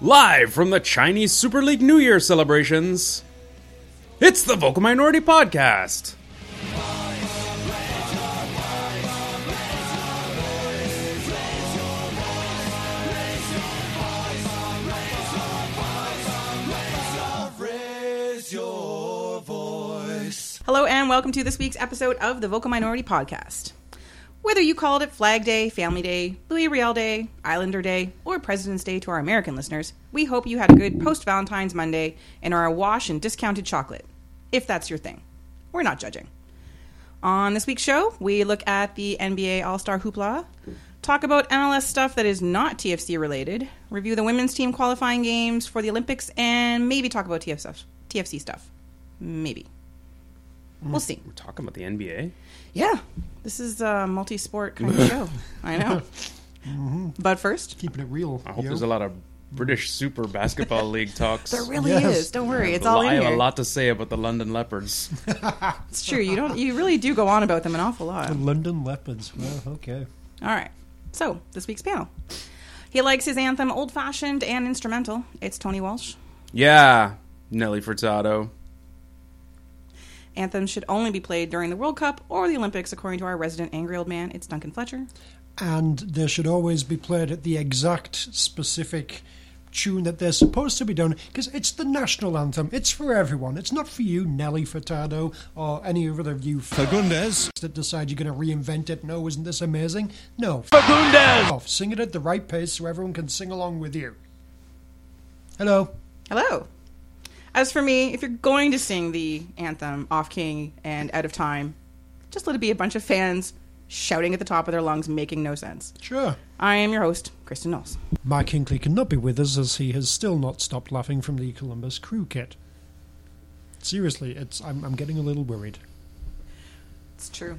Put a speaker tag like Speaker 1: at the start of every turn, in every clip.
Speaker 1: Live from the Chinese Super League New Year celebrations, it's the Vocal Minority Podcast.
Speaker 2: Hello, and welcome to this week's episode of the Vocal Minority Podcast. Whether you called it Flag Day, Family Day, Louis Riel Day, Islander Day, or President's Day to our American listeners, we hope you had a good post Valentine's Monday and are awash in discounted chocolate, if that's your thing. We're not judging. On this week's show, we look at the NBA All Star hoopla, talk about MLS stuff that is not TFC related, review the women's team qualifying games for the Olympics, and maybe talk about TFC, TFC stuff. Maybe. We'll see.
Speaker 1: We're talking about the NBA.
Speaker 2: Yeah, this is a multi-sport kind of show. I know. But first,
Speaker 3: keeping it real.
Speaker 1: I hope there's a lot of British Super Basketball League talks.
Speaker 2: there really
Speaker 3: Yes.
Speaker 2: is. Don't worry, it's
Speaker 1: I
Speaker 2: all in
Speaker 1: have
Speaker 2: here.
Speaker 1: a lot to say about the London Leopards.
Speaker 2: It's true. You don't. You really do go on about them an awful lot. All
Speaker 3: London Leopards. Well, okay.
Speaker 2: right. So this week's panel. He likes his anthem old-fashioned and instrumental. It's Tony Walsh.
Speaker 1: yeah, Nelly Furtado.
Speaker 2: Anthems should only be played during the World Cup or the Olympics, according to our resident angry old man. It's Duncan Fletcher.
Speaker 3: And they should always be played at the exact specific tune that they're supposed to be done because it's the national anthem. It's for everyone. It's not for you, Nelly Furtado, or any other of you f-
Speaker 4: Fagundes.
Speaker 3: that decide you're going to reinvent it. No, isn't this amazing? No. F- off. Sing it at the right pace so everyone can sing along with you. Hello.
Speaker 2: Hello. As for me, if you're going to sing the anthem off king and out of time, just let it be a bunch of fans shouting at the top of their lungs, making no sense.
Speaker 3: Sure.
Speaker 2: I am your host, Kristen Knowles.
Speaker 3: Mike Hinckley cannot be with us as he has still not stopped laughing from the Columbus crew kit. Seriously, it's I'm, I'm getting a little worried.
Speaker 2: It's true.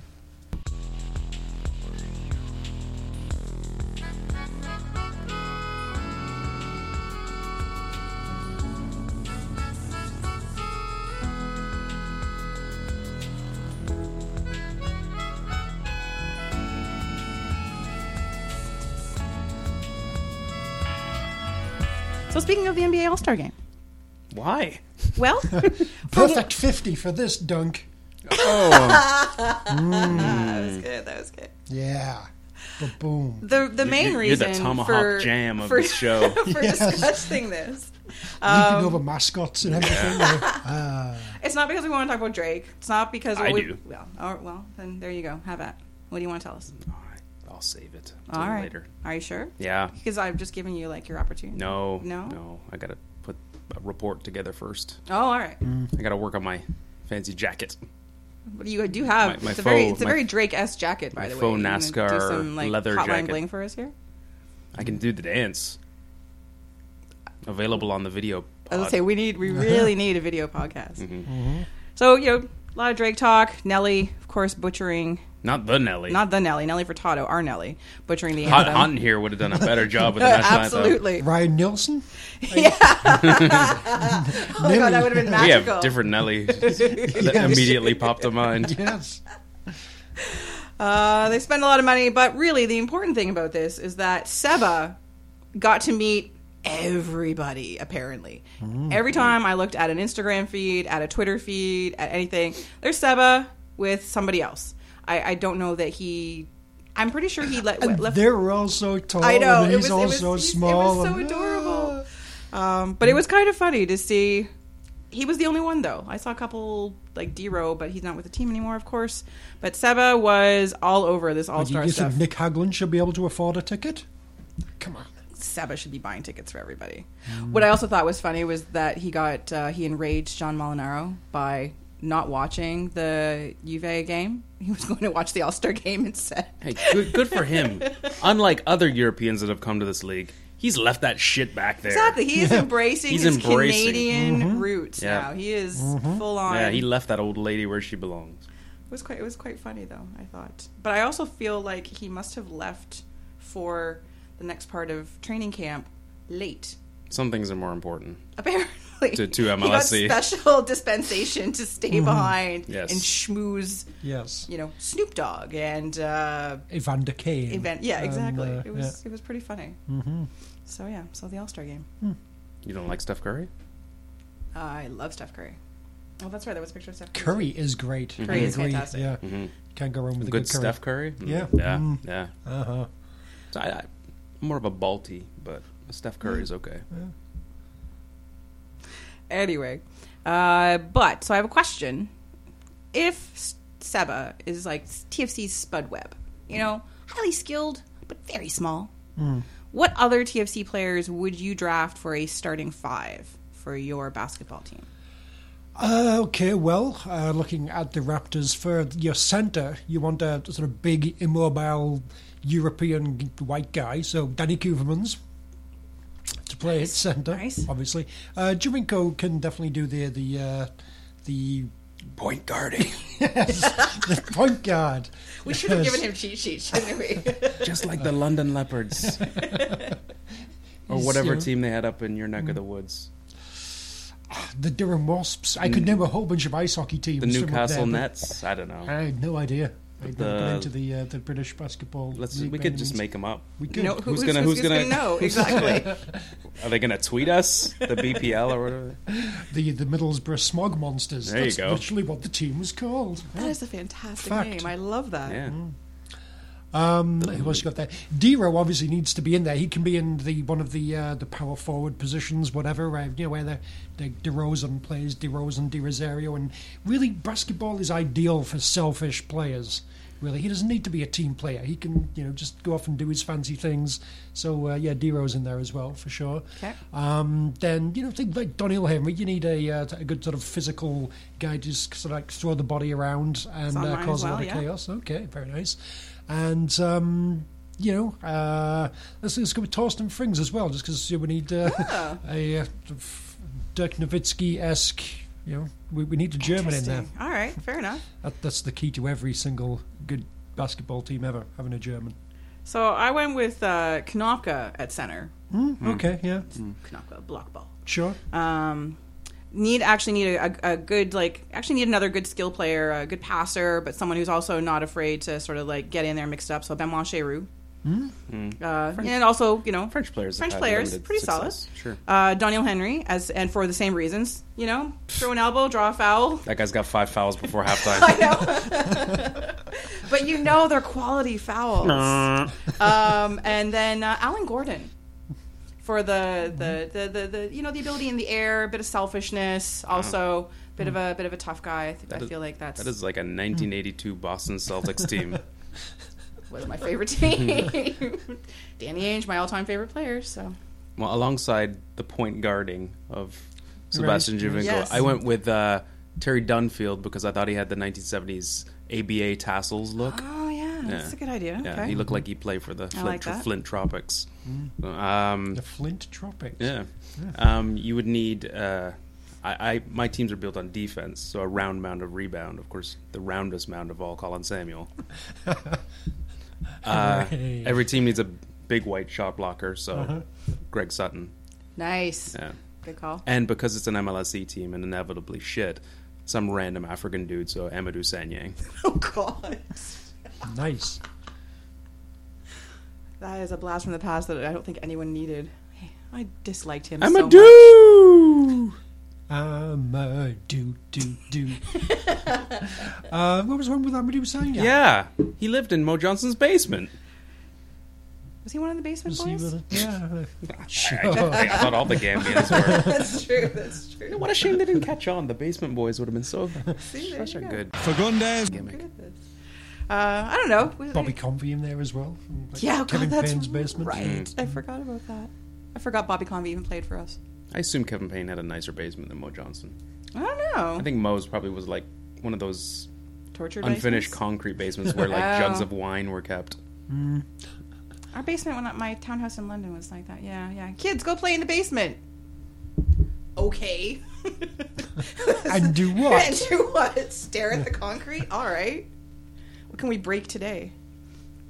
Speaker 2: So speaking of the NBA All Star Game,
Speaker 1: Why?
Speaker 2: well,
Speaker 3: Perfect fifty for this dunk.
Speaker 1: Oh,
Speaker 2: good. That was good.
Speaker 3: Yeah, but boom.
Speaker 2: the the main
Speaker 1: you're,
Speaker 2: reason
Speaker 1: you're the tomahawk
Speaker 2: for,
Speaker 1: jam of
Speaker 2: for,
Speaker 1: this show.
Speaker 2: for
Speaker 3: Yes.
Speaker 2: discussing this. Um,
Speaker 3: Leaping over mascots and everything.
Speaker 2: It's not because we want to talk about Drake. It's not because
Speaker 1: I
Speaker 2: we,
Speaker 1: do.
Speaker 2: Well, all right, well, then there you go. Have that. What do you want to tell us?
Speaker 1: All right, I'll save it. till
Speaker 2: All right.
Speaker 1: later.
Speaker 2: Are you sure?
Speaker 1: Yeah.
Speaker 2: Because I've just given you like your opportunity.
Speaker 1: No.
Speaker 2: No?
Speaker 1: No. I gotta put a report together first.
Speaker 2: Oh, all right.
Speaker 1: I gotta work on my fancy jacket.
Speaker 2: But You do have.
Speaker 1: My- my
Speaker 2: it's a very
Speaker 1: faux-
Speaker 2: it's a
Speaker 1: my-
Speaker 2: very Drake s jacket, by
Speaker 1: my
Speaker 2: the way.
Speaker 1: faux
Speaker 2: You gonna do
Speaker 1: NASCAR
Speaker 2: some, like,
Speaker 1: leather
Speaker 2: hotline
Speaker 1: jacket.
Speaker 2: bling for us here.
Speaker 1: I can do the dance. Available on the video.
Speaker 2: I was
Speaker 1: pod. Mm-hmm.
Speaker 2: gonna say we need we really need a video podcast. So you know a lot of Drake talk. Nelly, of course, butchering
Speaker 1: Not the Nelly.
Speaker 2: not the Nelly Nelly Furtado, our Nelly butchering the
Speaker 1: Hot
Speaker 2: anthem.
Speaker 1: Hunt here would have done a better job with the national anthem.
Speaker 2: Absolutely.
Speaker 3: Ryan Nielsen.
Speaker 2: Oh my god, that would have been
Speaker 1: We
Speaker 2: magical.
Speaker 1: have different Nelly that immediately popped to mind.
Speaker 3: Yes.
Speaker 2: Uh, they spend a lot of money, but really the important thing about this is that Seba got to meet everybody, apparently. Every time I looked at an Instagram feed, at a Twitter feed, at anything, there's Seba with somebody else. I, I don't know that he. I'm pretty sure he let,
Speaker 3: And
Speaker 2: left.
Speaker 3: they're all so tall,
Speaker 2: I know.
Speaker 3: and
Speaker 2: it was,
Speaker 3: he's
Speaker 2: it was,
Speaker 3: also
Speaker 2: he's-
Speaker 3: small.
Speaker 2: It was so
Speaker 3: and- Ah.
Speaker 2: adorable. Um, but it was kind of funny to see. He was the only one though. I saw a couple like Dero, but he's not with the team anymore, of course. But Seba was all over this All
Speaker 3: Do you
Speaker 2: Star
Speaker 3: think
Speaker 2: stuff.
Speaker 3: Nick Haglund should be able to afford a ticket? Come on.
Speaker 2: Seba should be buying tickets for everybody.
Speaker 3: Hmm.
Speaker 2: What I also thought was funny was that he got uh, he enraged John Molinaro by not watching the Juve game. He was going to watch the All Star game instead.
Speaker 1: Hey, good, good for him. Unlike other Europeans that have come to this league, he's left that shit back there.
Speaker 2: Exactly. He is embracing
Speaker 1: He's
Speaker 2: his
Speaker 1: embracing.
Speaker 2: Canadian
Speaker 3: Mm-hmm.
Speaker 2: roots
Speaker 1: Yeah.
Speaker 2: now. He is full on.
Speaker 1: Yeah, he left that old lady where she belongs.
Speaker 2: It was quite it was quite funny though, I thought. But I also feel like he must have left for the next part of training camp late.
Speaker 1: Some things are more important.
Speaker 2: Apparently,
Speaker 1: To- to
Speaker 2: he
Speaker 1: MLSE.
Speaker 2: got special dispensation to stay behind
Speaker 1: Yes.
Speaker 2: and schmooze,
Speaker 3: Yes.
Speaker 2: you know, Snoop Dogg and uh,
Speaker 3: Evander Kane.
Speaker 2: event. Yeah,
Speaker 3: Um,
Speaker 2: exactly.
Speaker 3: uh,
Speaker 2: it was it was pretty funny. So yeah, so the All Star game.
Speaker 1: You don't like Steph Curry?
Speaker 2: I love Steph Curry. Oh, that's right. There was a picture of Steph Curry.
Speaker 3: Curry is great.
Speaker 2: Curry
Speaker 3: I
Speaker 2: is
Speaker 3: agree,
Speaker 2: fantastic.
Speaker 3: Yeah, can't go wrong with a
Speaker 1: Mm-hmm. Good,
Speaker 3: good, curry.
Speaker 1: Steph Curry? Mm,
Speaker 3: Yeah.
Speaker 1: Yeah.
Speaker 3: Mm.
Speaker 1: Yeah.
Speaker 3: Uh huh.
Speaker 1: So I, I, I'm more of a Balti, but Steph Curry
Speaker 2: Mm.
Speaker 1: is okay.
Speaker 2: Anyway, uh, but so I have a question. If S- Seba is like TFC's Spud Webb, you know, highly skilled but very small, what other TFC players would you draft for a starting five for your basketball team?
Speaker 3: Uh, okay, well, uh, looking at the Raptors for your centre, you want a sort of big, immobile European white guy, so Danny Kuvermans to play at centre,
Speaker 2: nice.
Speaker 3: obviously. Uh, Juminko can definitely do the the uh, the
Speaker 1: Point guarding.
Speaker 3: the point guard.
Speaker 2: We should have
Speaker 3: Yes.
Speaker 2: given him cheat sheets, shouldn't we?
Speaker 1: Just like the London Leopards. or
Speaker 3: He's,
Speaker 1: whatever
Speaker 3: you know,
Speaker 1: team they had up in your neck of the woods.
Speaker 3: the Durham Wasps. I could name a whole bunch of ice hockey teams.
Speaker 1: Mm. The
Speaker 3: from up
Speaker 1: Newcastle
Speaker 3: there, but
Speaker 1: Nets. I don't know.
Speaker 3: I had no idea. I'd
Speaker 1: The-
Speaker 3: never been into the uh, the British basketball.
Speaker 1: Let's.
Speaker 3: league
Speaker 1: We
Speaker 3: by
Speaker 1: could
Speaker 3: any
Speaker 1: just
Speaker 3: means.
Speaker 1: make them up.
Speaker 3: We could.
Speaker 2: You know, who-
Speaker 1: Who's gonna- who's gonna-
Speaker 2: know exactly?
Speaker 1: Are they gonna tweet us the BPL or whatever?
Speaker 3: The the Middlesbrough Smog Monsters.
Speaker 1: There you
Speaker 3: That's
Speaker 1: go.
Speaker 3: literally what the team was called.
Speaker 2: that is a fantastic
Speaker 3: Fact.
Speaker 2: name. I love that.
Speaker 1: Yeah.
Speaker 3: Um, who else you got there? Dero obviously needs to be in there. He can be in the one of the uh, the power forward positions, whatever. Uh, you know where the, the DeRozan plays, DeRozan, De Rosario, and really basketball is ideal for selfish players. Really, he doesn't need to be a team player. He can you know just go off and do his fancy things. So uh, yeah, Dero's in there as well for sure.
Speaker 2: Okay.
Speaker 3: Um, then you know think like Donnell Henry, you need a, uh, a good sort of physical guy to just sort of like throw the body around and
Speaker 2: on mine
Speaker 3: uh,
Speaker 2: as
Speaker 3: cause a lot
Speaker 2: well,
Speaker 3: of
Speaker 2: yeah.
Speaker 3: chaos. Okay, very nice. And um, you know, uh, let's, let's go with Torsten Frings as well, just because we need uh,
Speaker 2: Yeah.
Speaker 3: a uh, Dirk Nowitzki esque. You know, we, we need a German in there.
Speaker 2: Interesting. All right, fair enough.
Speaker 3: That, that's the key to every single good basketball team ever having a German.
Speaker 2: So I went with uh, Knopka at center.
Speaker 3: Mm, Okay, yeah,
Speaker 2: Hmm. Knopka, block ball.
Speaker 3: sure.
Speaker 2: Um, need actually need a, a, a good like actually need another good skill player, a good passer, but someone who's also not afraid to sort of like get in there mixed up. So Benoit Cheroux. Uh, and also, you know,
Speaker 1: Hmm. French players. have
Speaker 2: French
Speaker 1: had
Speaker 2: players,
Speaker 1: limited
Speaker 2: pretty
Speaker 1: success.
Speaker 2: solid.
Speaker 1: Sure.
Speaker 2: Uh, Daniel Henry, as and for the same reasons, you know, throw an elbow, draw a foul.
Speaker 1: That guy's got five fouls before halftime.
Speaker 2: But you know they're quality fouls. um, and then uh, Alan Gordon for the the,
Speaker 1: Mm-hmm.
Speaker 2: the, the the you know the ability in the air, a bit of selfishness, also a bit of a bit of a tough guy. I, think, I
Speaker 1: is-
Speaker 2: feel like that's
Speaker 1: Mm-hmm. that is like a 1982 Boston Celtics team.
Speaker 2: was my favorite team. Danny Ainge, my all time favorite player. So
Speaker 1: Well, alongside the point guarding of Sebastian
Speaker 3: Right.
Speaker 1: Juvinko,
Speaker 2: Yes.
Speaker 1: I went with uh, Terry Dunfield because I thought he had the 1970s ABA tassels look.
Speaker 2: oh yeah, that's
Speaker 1: Yeah.
Speaker 2: a good idea.
Speaker 1: Yeah,
Speaker 2: okay.
Speaker 1: he looked like he played for the Flint,
Speaker 2: like
Speaker 1: tro-
Speaker 2: that.
Speaker 1: Flint Tropics. Um,
Speaker 3: The Flint Tropics.
Speaker 1: yeah, um, you would need. Uh, I, I my teams are built on defense, so a round mound of rebound. Of course, the roundest mound of all, Colin Samuel. Uh,
Speaker 3: Hooray.
Speaker 1: every team needs a big white shot blocker, so Greg Sutton.
Speaker 2: nice.
Speaker 1: Yeah.
Speaker 2: Good call.
Speaker 1: And because it's an MLSE team and inevitably shit, some random African dude, so Amadou Sanye.
Speaker 2: Oh god.
Speaker 3: Nice.
Speaker 2: That is a blast from the past that I don't think anyone needed. I disliked him so much.
Speaker 1: Amadou!
Speaker 3: I'm a do do do. uh, what was wrong with Amadou Sanya?
Speaker 1: yeah, he lived in Mo Johnson's basement.
Speaker 2: Was he one of the basement
Speaker 3: Was he
Speaker 2: boys?
Speaker 3: with it? Yeah.
Speaker 1: I,
Speaker 3: sure.
Speaker 1: I thought all the Gambians were.
Speaker 2: That's true. That's true.
Speaker 1: What a shame they didn't catch on. The Basement Boys would have been so
Speaker 2: See, there
Speaker 1: such
Speaker 2: you
Speaker 1: a
Speaker 2: go.
Speaker 1: good
Speaker 4: Fagundes.
Speaker 1: gimmick.
Speaker 2: Uh, I don't know. Was-
Speaker 3: Bobby Convy in there as well. from, like,
Speaker 2: Yeah, oh,
Speaker 3: Kevin
Speaker 2: God, that's
Speaker 3: Payne's basement.
Speaker 2: Right. I forgot about that. I forgot Bobby Convey even played for us.
Speaker 1: I assume Kevin Payne had a nicer basement than Mo Johnson.
Speaker 2: I don't know.
Speaker 1: I think Mo's probably was like one of those
Speaker 2: Tortured
Speaker 1: unfinished
Speaker 2: basements?
Speaker 1: concrete basements where like
Speaker 2: Oh.
Speaker 1: jugs of wine were kept.
Speaker 2: Our basement, when I- my townhouse in London was like that. Yeah, yeah. Kids, go play in the basement. Okay.
Speaker 3: And do what?
Speaker 2: and do what? Stare at the concrete? All right. What can we break today?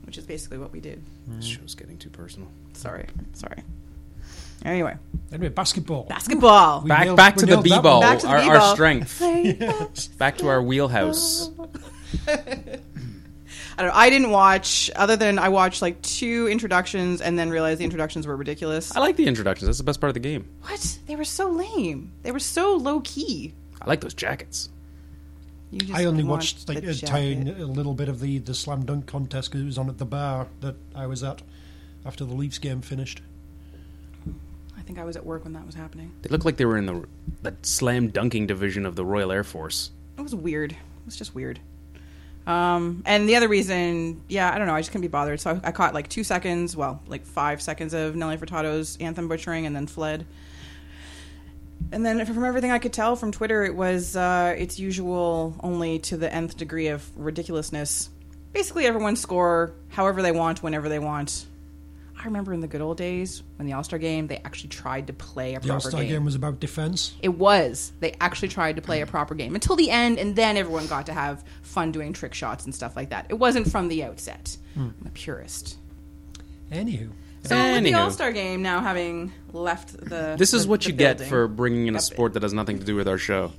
Speaker 2: Which is basically what we did.
Speaker 1: This show's getting too personal.
Speaker 2: Sorry. Sorry. Anyway,
Speaker 3: Anyway, basketball.
Speaker 2: basketball.
Speaker 3: We
Speaker 1: Back
Speaker 3: nailed-
Speaker 1: back
Speaker 3: we
Speaker 1: to the
Speaker 3: nailed that
Speaker 1: b-ball,
Speaker 2: Back to the
Speaker 1: our,
Speaker 2: b-ball.
Speaker 1: our strength.
Speaker 2: Play
Speaker 3: Yes.
Speaker 1: Back to our wheelhouse.
Speaker 2: I don't know. I didn't watch other than I watched like two introductions and then realized the introductions were ridiculous.
Speaker 1: I like the introductions. That's the best part of the game.
Speaker 2: Uh, What? They were so lame. They were so low key.
Speaker 1: I like those jackets.
Speaker 2: You just
Speaker 3: I only
Speaker 2: want
Speaker 3: watched like
Speaker 2: the
Speaker 3: a tiny
Speaker 2: jacket.
Speaker 3: a little bit of the the slam dunk contest because it was on at the bar that I was at after the Leafs game finished.
Speaker 2: I think I was at work when that was happening.
Speaker 1: They look like they were in the the slam dunking division of the Royal Air Force.
Speaker 2: It was weird. It was just weird. Um, and the other reason, yeah, I don't know. I just couldn't be bothered. So I, I caught like two seconds, well, like five seconds of Nelly Furtado's anthem butchering, and then fled. And then, from everything I could tell from Twitter, it was uh, its usual, only to the nth degree of ridiculousness. Basically, everyone score however they want, whenever they want. I remember in the good old days when the All Star game, they actually tried to play a
Speaker 3: The All
Speaker 2: proper
Speaker 3: Star
Speaker 2: game.
Speaker 3: game was about defense.
Speaker 2: It was. They actually tried to play a proper game until the end, and then everyone got to have fun doing trick shots and stuff like that. It wasn't from the outset. I'm a purist.
Speaker 3: Anywho,
Speaker 2: So with the
Speaker 1: Anywho.
Speaker 2: All Star game now having left the.
Speaker 1: This is
Speaker 2: the-
Speaker 1: what
Speaker 2: the
Speaker 1: you get
Speaker 2: building.
Speaker 1: for bringing in a
Speaker 2: Yep.
Speaker 1: sport that has nothing to do with our show.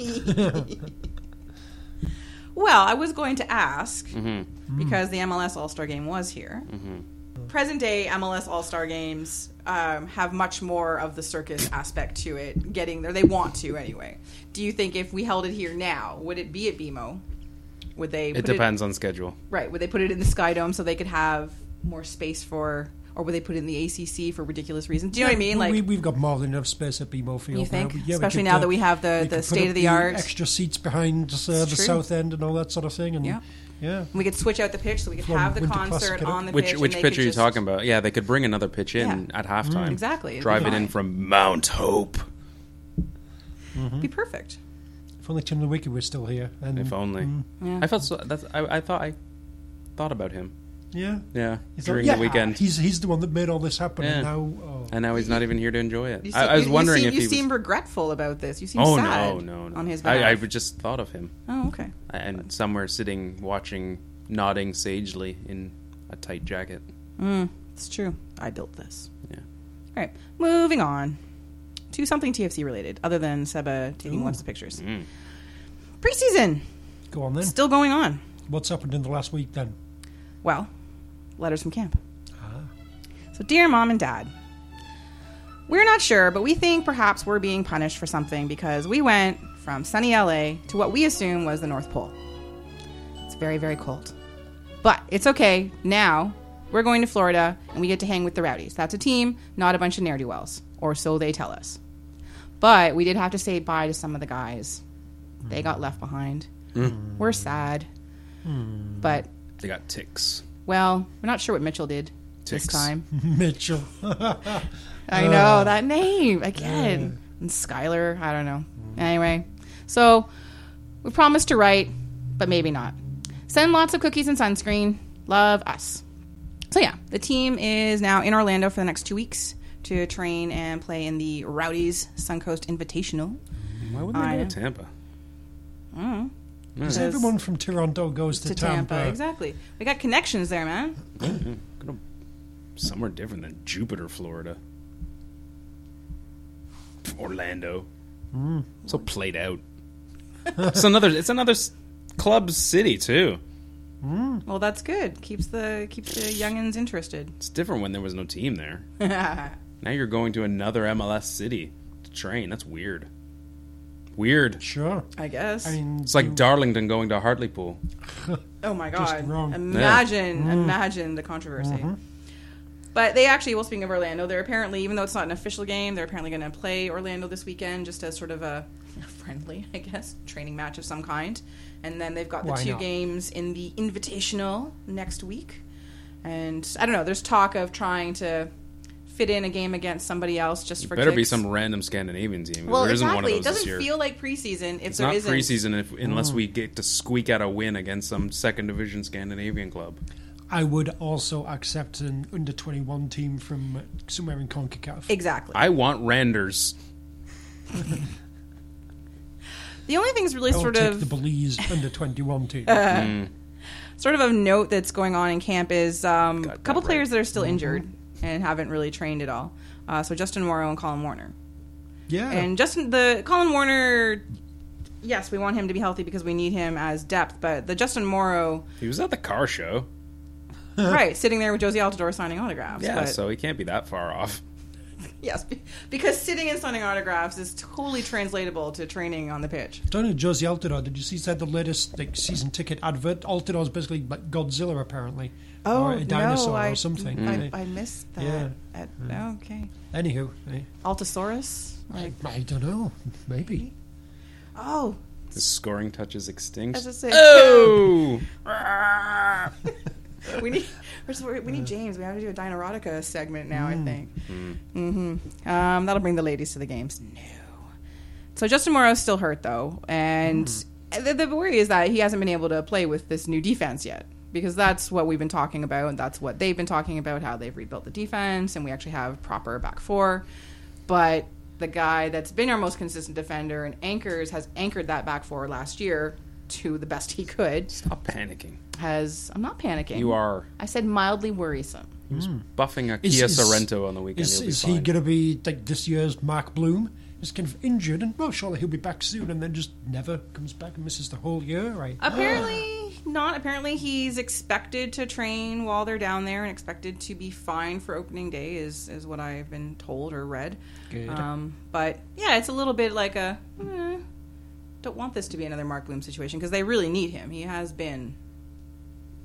Speaker 2: Well, I was going to ask
Speaker 1: Mm-hmm.
Speaker 2: because the MLS All Star game was here.
Speaker 1: Mm-hmm.
Speaker 2: Present day MLS All Star games um, have much more of the circus aspect to it, getting there. They want to anyway. Do you think if we held it here now, would it be at BMO? Would they?
Speaker 1: It
Speaker 2: put it-
Speaker 1: depends on schedule.
Speaker 2: Right. Would they put it in the Sky Dome so they could have more space for, or would they put it in the ACC for ridiculous reasons? Do you know what I mean? Like,
Speaker 3: we, we've got more than enough space at BMO Field.
Speaker 2: You think?
Speaker 3: now. We-
Speaker 2: Especially now that we have the-
Speaker 3: we
Speaker 2: the
Speaker 3: could put up
Speaker 2: state-of-the-art-
Speaker 3: extra seats behind uh, the
Speaker 2: true.
Speaker 3: south end and all that sort of thing. And
Speaker 2: Yeah.
Speaker 3: yeah.
Speaker 2: we could switch out the pitch so we could
Speaker 3: Well,
Speaker 2: have the
Speaker 3: Winter
Speaker 2: concert
Speaker 3: Classic,
Speaker 2: on the
Speaker 1: Which
Speaker 2: pitch. and
Speaker 1: which
Speaker 2: they
Speaker 1: pitch
Speaker 2: could
Speaker 1: are you
Speaker 2: just-
Speaker 1: talking about? Yeah, they could bring another pitch in
Speaker 2: Yeah. Mm.
Speaker 1: at halftime.
Speaker 2: Exactly, it'd be
Speaker 1: Drive it
Speaker 2: fine.
Speaker 1: in from Mount Hope.
Speaker 2: Be
Speaker 3: Mm-hmm.
Speaker 2: perfect.
Speaker 3: If only Tim the Wicked was still here. And
Speaker 1: If only.
Speaker 2: Yeah.
Speaker 1: I felt so. That's, I, I thought I thought about him.
Speaker 3: yeah.
Speaker 1: Yeah,
Speaker 3: You thought,
Speaker 1: during
Speaker 3: yeah,
Speaker 1: the weekend,
Speaker 3: he's he's the one that made all this happen.
Speaker 1: Yeah.
Speaker 3: And now, oh.
Speaker 1: and now he's not even here to enjoy it.
Speaker 2: You
Speaker 1: I,
Speaker 2: seem-
Speaker 1: I was
Speaker 2: you-
Speaker 1: wondering
Speaker 2: you seem,
Speaker 1: if
Speaker 2: you
Speaker 1: he was.
Speaker 2: seem regretful about this. You seem
Speaker 1: oh
Speaker 2: sad
Speaker 1: no, no, no!
Speaker 2: on his behalf.
Speaker 1: I, I just thought of him,
Speaker 2: oh, okay.
Speaker 1: and somewhere sitting, watching, nodding sagely in a tight jacket.
Speaker 2: It's true. I built this.
Speaker 1: Yeah.
Speaker 2: All right. Moving on to something TFC related, other than Seba taking lots of pictures.
Speaker 1: Mm.
Speaker 2: Preseason
Speaker 3: go on then.
Speaker 2: still going on.
Speaker 3: What's happened in the last week then? Ah.
Speaker 2: Well, letters from camp. So, dear mom and dad, we're not sure, but we think perhaps we're being punished for something because we went from sunny LA to what we assume was the North Pole. It's very, very cold. But it's okay. Now we're going to Florida and we get to hang with the rowdies. That's a team, not a bunch of ne'er do wells, or so they tell us. But we did have to say bye to some of the guys. They got left behind. We're sad. But
Speaker 1: They got ticks.
Speaker 2: well, we're not sure what Mitchell did
Speaker 1: Ticks.
Speaker 2: this time.
Speaker 3: Mitchell.
Speaker 2: I know that name again. And Skylar, I don't know. Anyway, so we promised to write, but maybe not. Send lots of cookies and sunscreen. Love us. So yeah, the team is now in Orlando for the next two weeks to train and play in the Rowdies Suncoast Invitational.
Speaker 1: Why would they
Speaker 2: I
Speaker 1: go
Speaker 2: know.
Speaker 1: to Tampa?
Speaker 3: Because
Speaker 2: Yes.
Speaker 3: everyone from Toronto goes to,
Speaker 2: To Tampa. exactly. We got connections there, man.
Speaker 1: Go to somewhere different than Jupiter, Florida. Orlando. So played out. it's another. It's another s- club city too.
Speaker 2: Well, that's good. Keeps the keeps the youngins interested.
Speaker 1: It's different when there was no team there. now you're going to another MLS city to train. That's weird. Weird.
Speaker 3: Sure.
Speaker 2: I guess.
Speaker 3: I mean,
Speaker 1: It's like Darlington going to Hartlepool.
Speaker 2: Oh my god!
Speaker 3: wrong.
Speaker 2: Imagine,
Speaker 3: Mm.
Speaker 2: imagine the controversy.
Speaker 3: Mm-hmm.
Speaker 2: But they actually, well, speaking of Orlando, they're apparently, even though it's not an official game, they're apparently going to play Orlando this weekend, just as sort of a friendly, I guess, training match of some kind. And then they've got the
Speaker 3: Why
Speaker 2: two
Speaker 3: not?
Speaker 2: games in the Invitational next week. And I don't know. There's talk of trying to fit in a game against somebody else just for
Speaker 1: Better be
Speaker 2: kicks.
Speaker 1: some random Scandinavian team. 'cause
Speaker 2: Well,
Speaker 1: there isn't
Speaker 2: exactly.
Speaker 1: one of those
Speaker 2: it
Speaker 1: this year.
Speaker 2: doesn't feel like preseason if
Speaker 1: it's
Speaker 2: there
Speaker 1: not
Speaker 2: isn't.
Speaker 1: preseason if, unless we get to squeak out a win against some second division Scandinavian club.
Speaker 3: I would also accept an under 21 team from somewhere in CONCACAF.
Speaker 2: Exactly.
Speaker 1: I want Randers.
Speaker 2: the only thing that's really
Speaker 3: I'll
Speaker 2: sort
Speaker 3: take
Speaker 2: of Uh,
Speaker 3: the Belize under 21 team.
Speaker 2: sort of a note that's going on in camp is um, a
Speaker 1: that
Speaker 2: couple
Speaker 1: right.
Speaker 2: players that are still
Speaker 3: Mm-hmm.
Speaker 2: injured and haven't really trained at all. Uh, so Justin Morrow and Colin Warner.
Speaker 3: yeah.
Speaker 2: And Justin, the Colin Warner, yes, we want him to be healthy because we need him as depth. But the Justin Morrow,
Speaker 1: He was at the car show.
Speaker 2: right, sitting there with Josie Altador signing autographs.
Speaker 1: Yeah,
Speaker 2: but-
Speaker 1: so he can't be that far off.
Speaker 2: yes, be- because sitting and signing autographs is totally translatable to training on the pitch.
Speaker 3: Talking to Josie Altidore, did you see said the latest like season ticket advert? Altidore's basically like Godzilla, apparently, or a dinosaur or something.
Speaker 2: Oh, I,
Speaker 3: eh?
Speaker 2: I missed that.
Speaker 3: Yeah.
Speaker 2: At- okay,
Speaker 3: Anywho, eh?
Speaker 2: Altosaurus. Like,
Speaker 3: I don't know. Maybe
Speaker 2: oh,
Speaker 1: His scoring touches extinct.
Speaker 2: as I say,
Speaker 1: Oh!
Speaker 2: we need we're just- we need James. We have to do a Dinoerotica segment now. I think. hmm Um, that'll bring the ladies to the games. No. So Justin Morrow's still hurt though, and the, the worry is that he hasn't been able to play with this new defense yet. Because that's what we've been talking about, and that's what they've been talking about, how they've rebuilt the defense, and we actually have proper back four. But the guy that's been our most consistent defender and anchors has anchored that back four last year to the best he could.
Speaker 1: Stop panicking.
Speaker 2: Has I'm not panicking.
Speaker 1: You are
Speaker 2: I said mildly worrisome.
Speaker 1: buffing a
Speaker 3: Is-
Speaker 1: Kia
Speaker 3: is-
Speaker 1: Sorrento on the weekend.
Speaker 3: is,
Speaker 1: He'll be
Speaker 3: is
Speaker 1: fine.
Speaker 3: he going to be like this year's Mark Bloom? He's kind of injured, and well, surely he'll be back soon, and then just never comes back and misses the whole year, right?
Speaker 2: Uh, Apparently not. Apparently he's expected to train while they're down there and expected to be fine for opening day is is what I've been told or read.
Speaker 3: Good.
Speaker 2: Um, but yeah, it's a little bit like a eh, don't want this to be another Mark Bloom situation because they really need him. He has been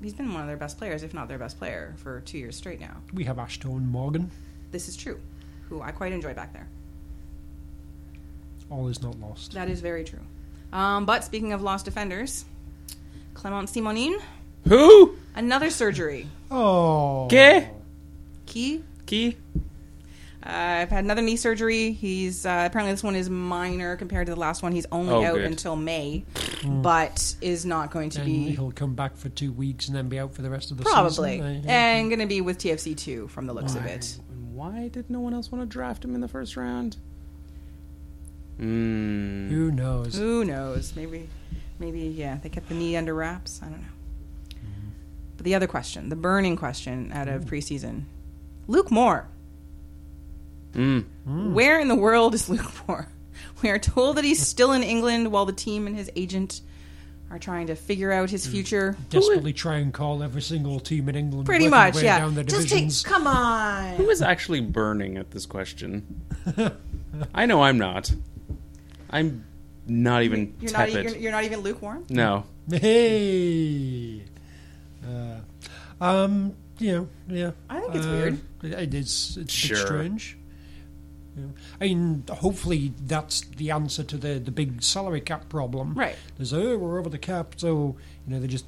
Speaker 2: he's been one of their best players, if not their best player, for two years straight now.
Speaker 3: we have Ashton Morgan.
Speaker 2: This is true. Who I quite enjoy back there.
Speaker 3: All is not lost.
Speaker 2: That is very true. Um, but speaking of lost defenders, Clement Simonin,
Speaker 1: Who?
Speaker 2: another surgery.
Speaker 3: Oh,
Speaker 1: Que?
Speaker 2: Key.
Speaker 1: Key?
Speaker 2: Uh, I've had another knee surgery. He's uh, apparently this one is minor compared to the last one. He's only
Speaker 1: Oh,
Speaker 2: out
Speaker 1: good.
Speaker 2: until May, but is not going to
Speaker 3: and
Speaker 2: be
Speaker 3: he'll come back for two weeks and then be out for the rest of the
Speaker 2: probably
Speaker 3: season. eh?
Speaker 2: and going to be with TFC two from the looks of it.
Speaker 1: And why did no one else want to draft him in the first round? Mm.
Speaker 3: Who knows?
Speaker 2: Who knows? Maybe, maybe yeah. They kept the knee under wraps. I don't know.
Speaker 1: Mm-hmm.
Speaker 2: But the other question, the burning question out of preseason, Luke Moore.
Speaker 1: Mm.
Speaker 3: Hmm.
Speaker 2: Where in the world is Luke Moore? We are told that he's still in England while the team and his agent are trying to figure out
Speaker 3: Hmm.
Speaker 2: his future.
Speaker 3: Desperately try and call every single team in England.
Speaker 2: Pretty
Speaker 3: working
Speaker 2: much,
Speaker 3: way
Speaker 2: yeah.
Speaker 3: Down the
Speaker 2: Just take,
Speaker 3: divisions.
Speaker 2: come on.
Speaker 1: Who is actually burning at this question? I know I'm not. I'm not even
Speaker 2: You're not,
Speaker 1: tepid.
Speaker 2: you're, you're not even lukewarm.
Speaker 1: No.
Speaker 3: Hey. Uh, um. You know. Yeah.
Speaker 2: I think it's
Speaker 3: Uh,
Speaker 2: weird.
Speaker 3: It is. It's a
Speaker 1: Sure.
Speaker 3: bit strange. Yeah. I mean, hopefully that's the answer to the the big salary cap problem.
Speaker 2: Right.
Speaker 3: There's oh, we're over the cap, so you know they just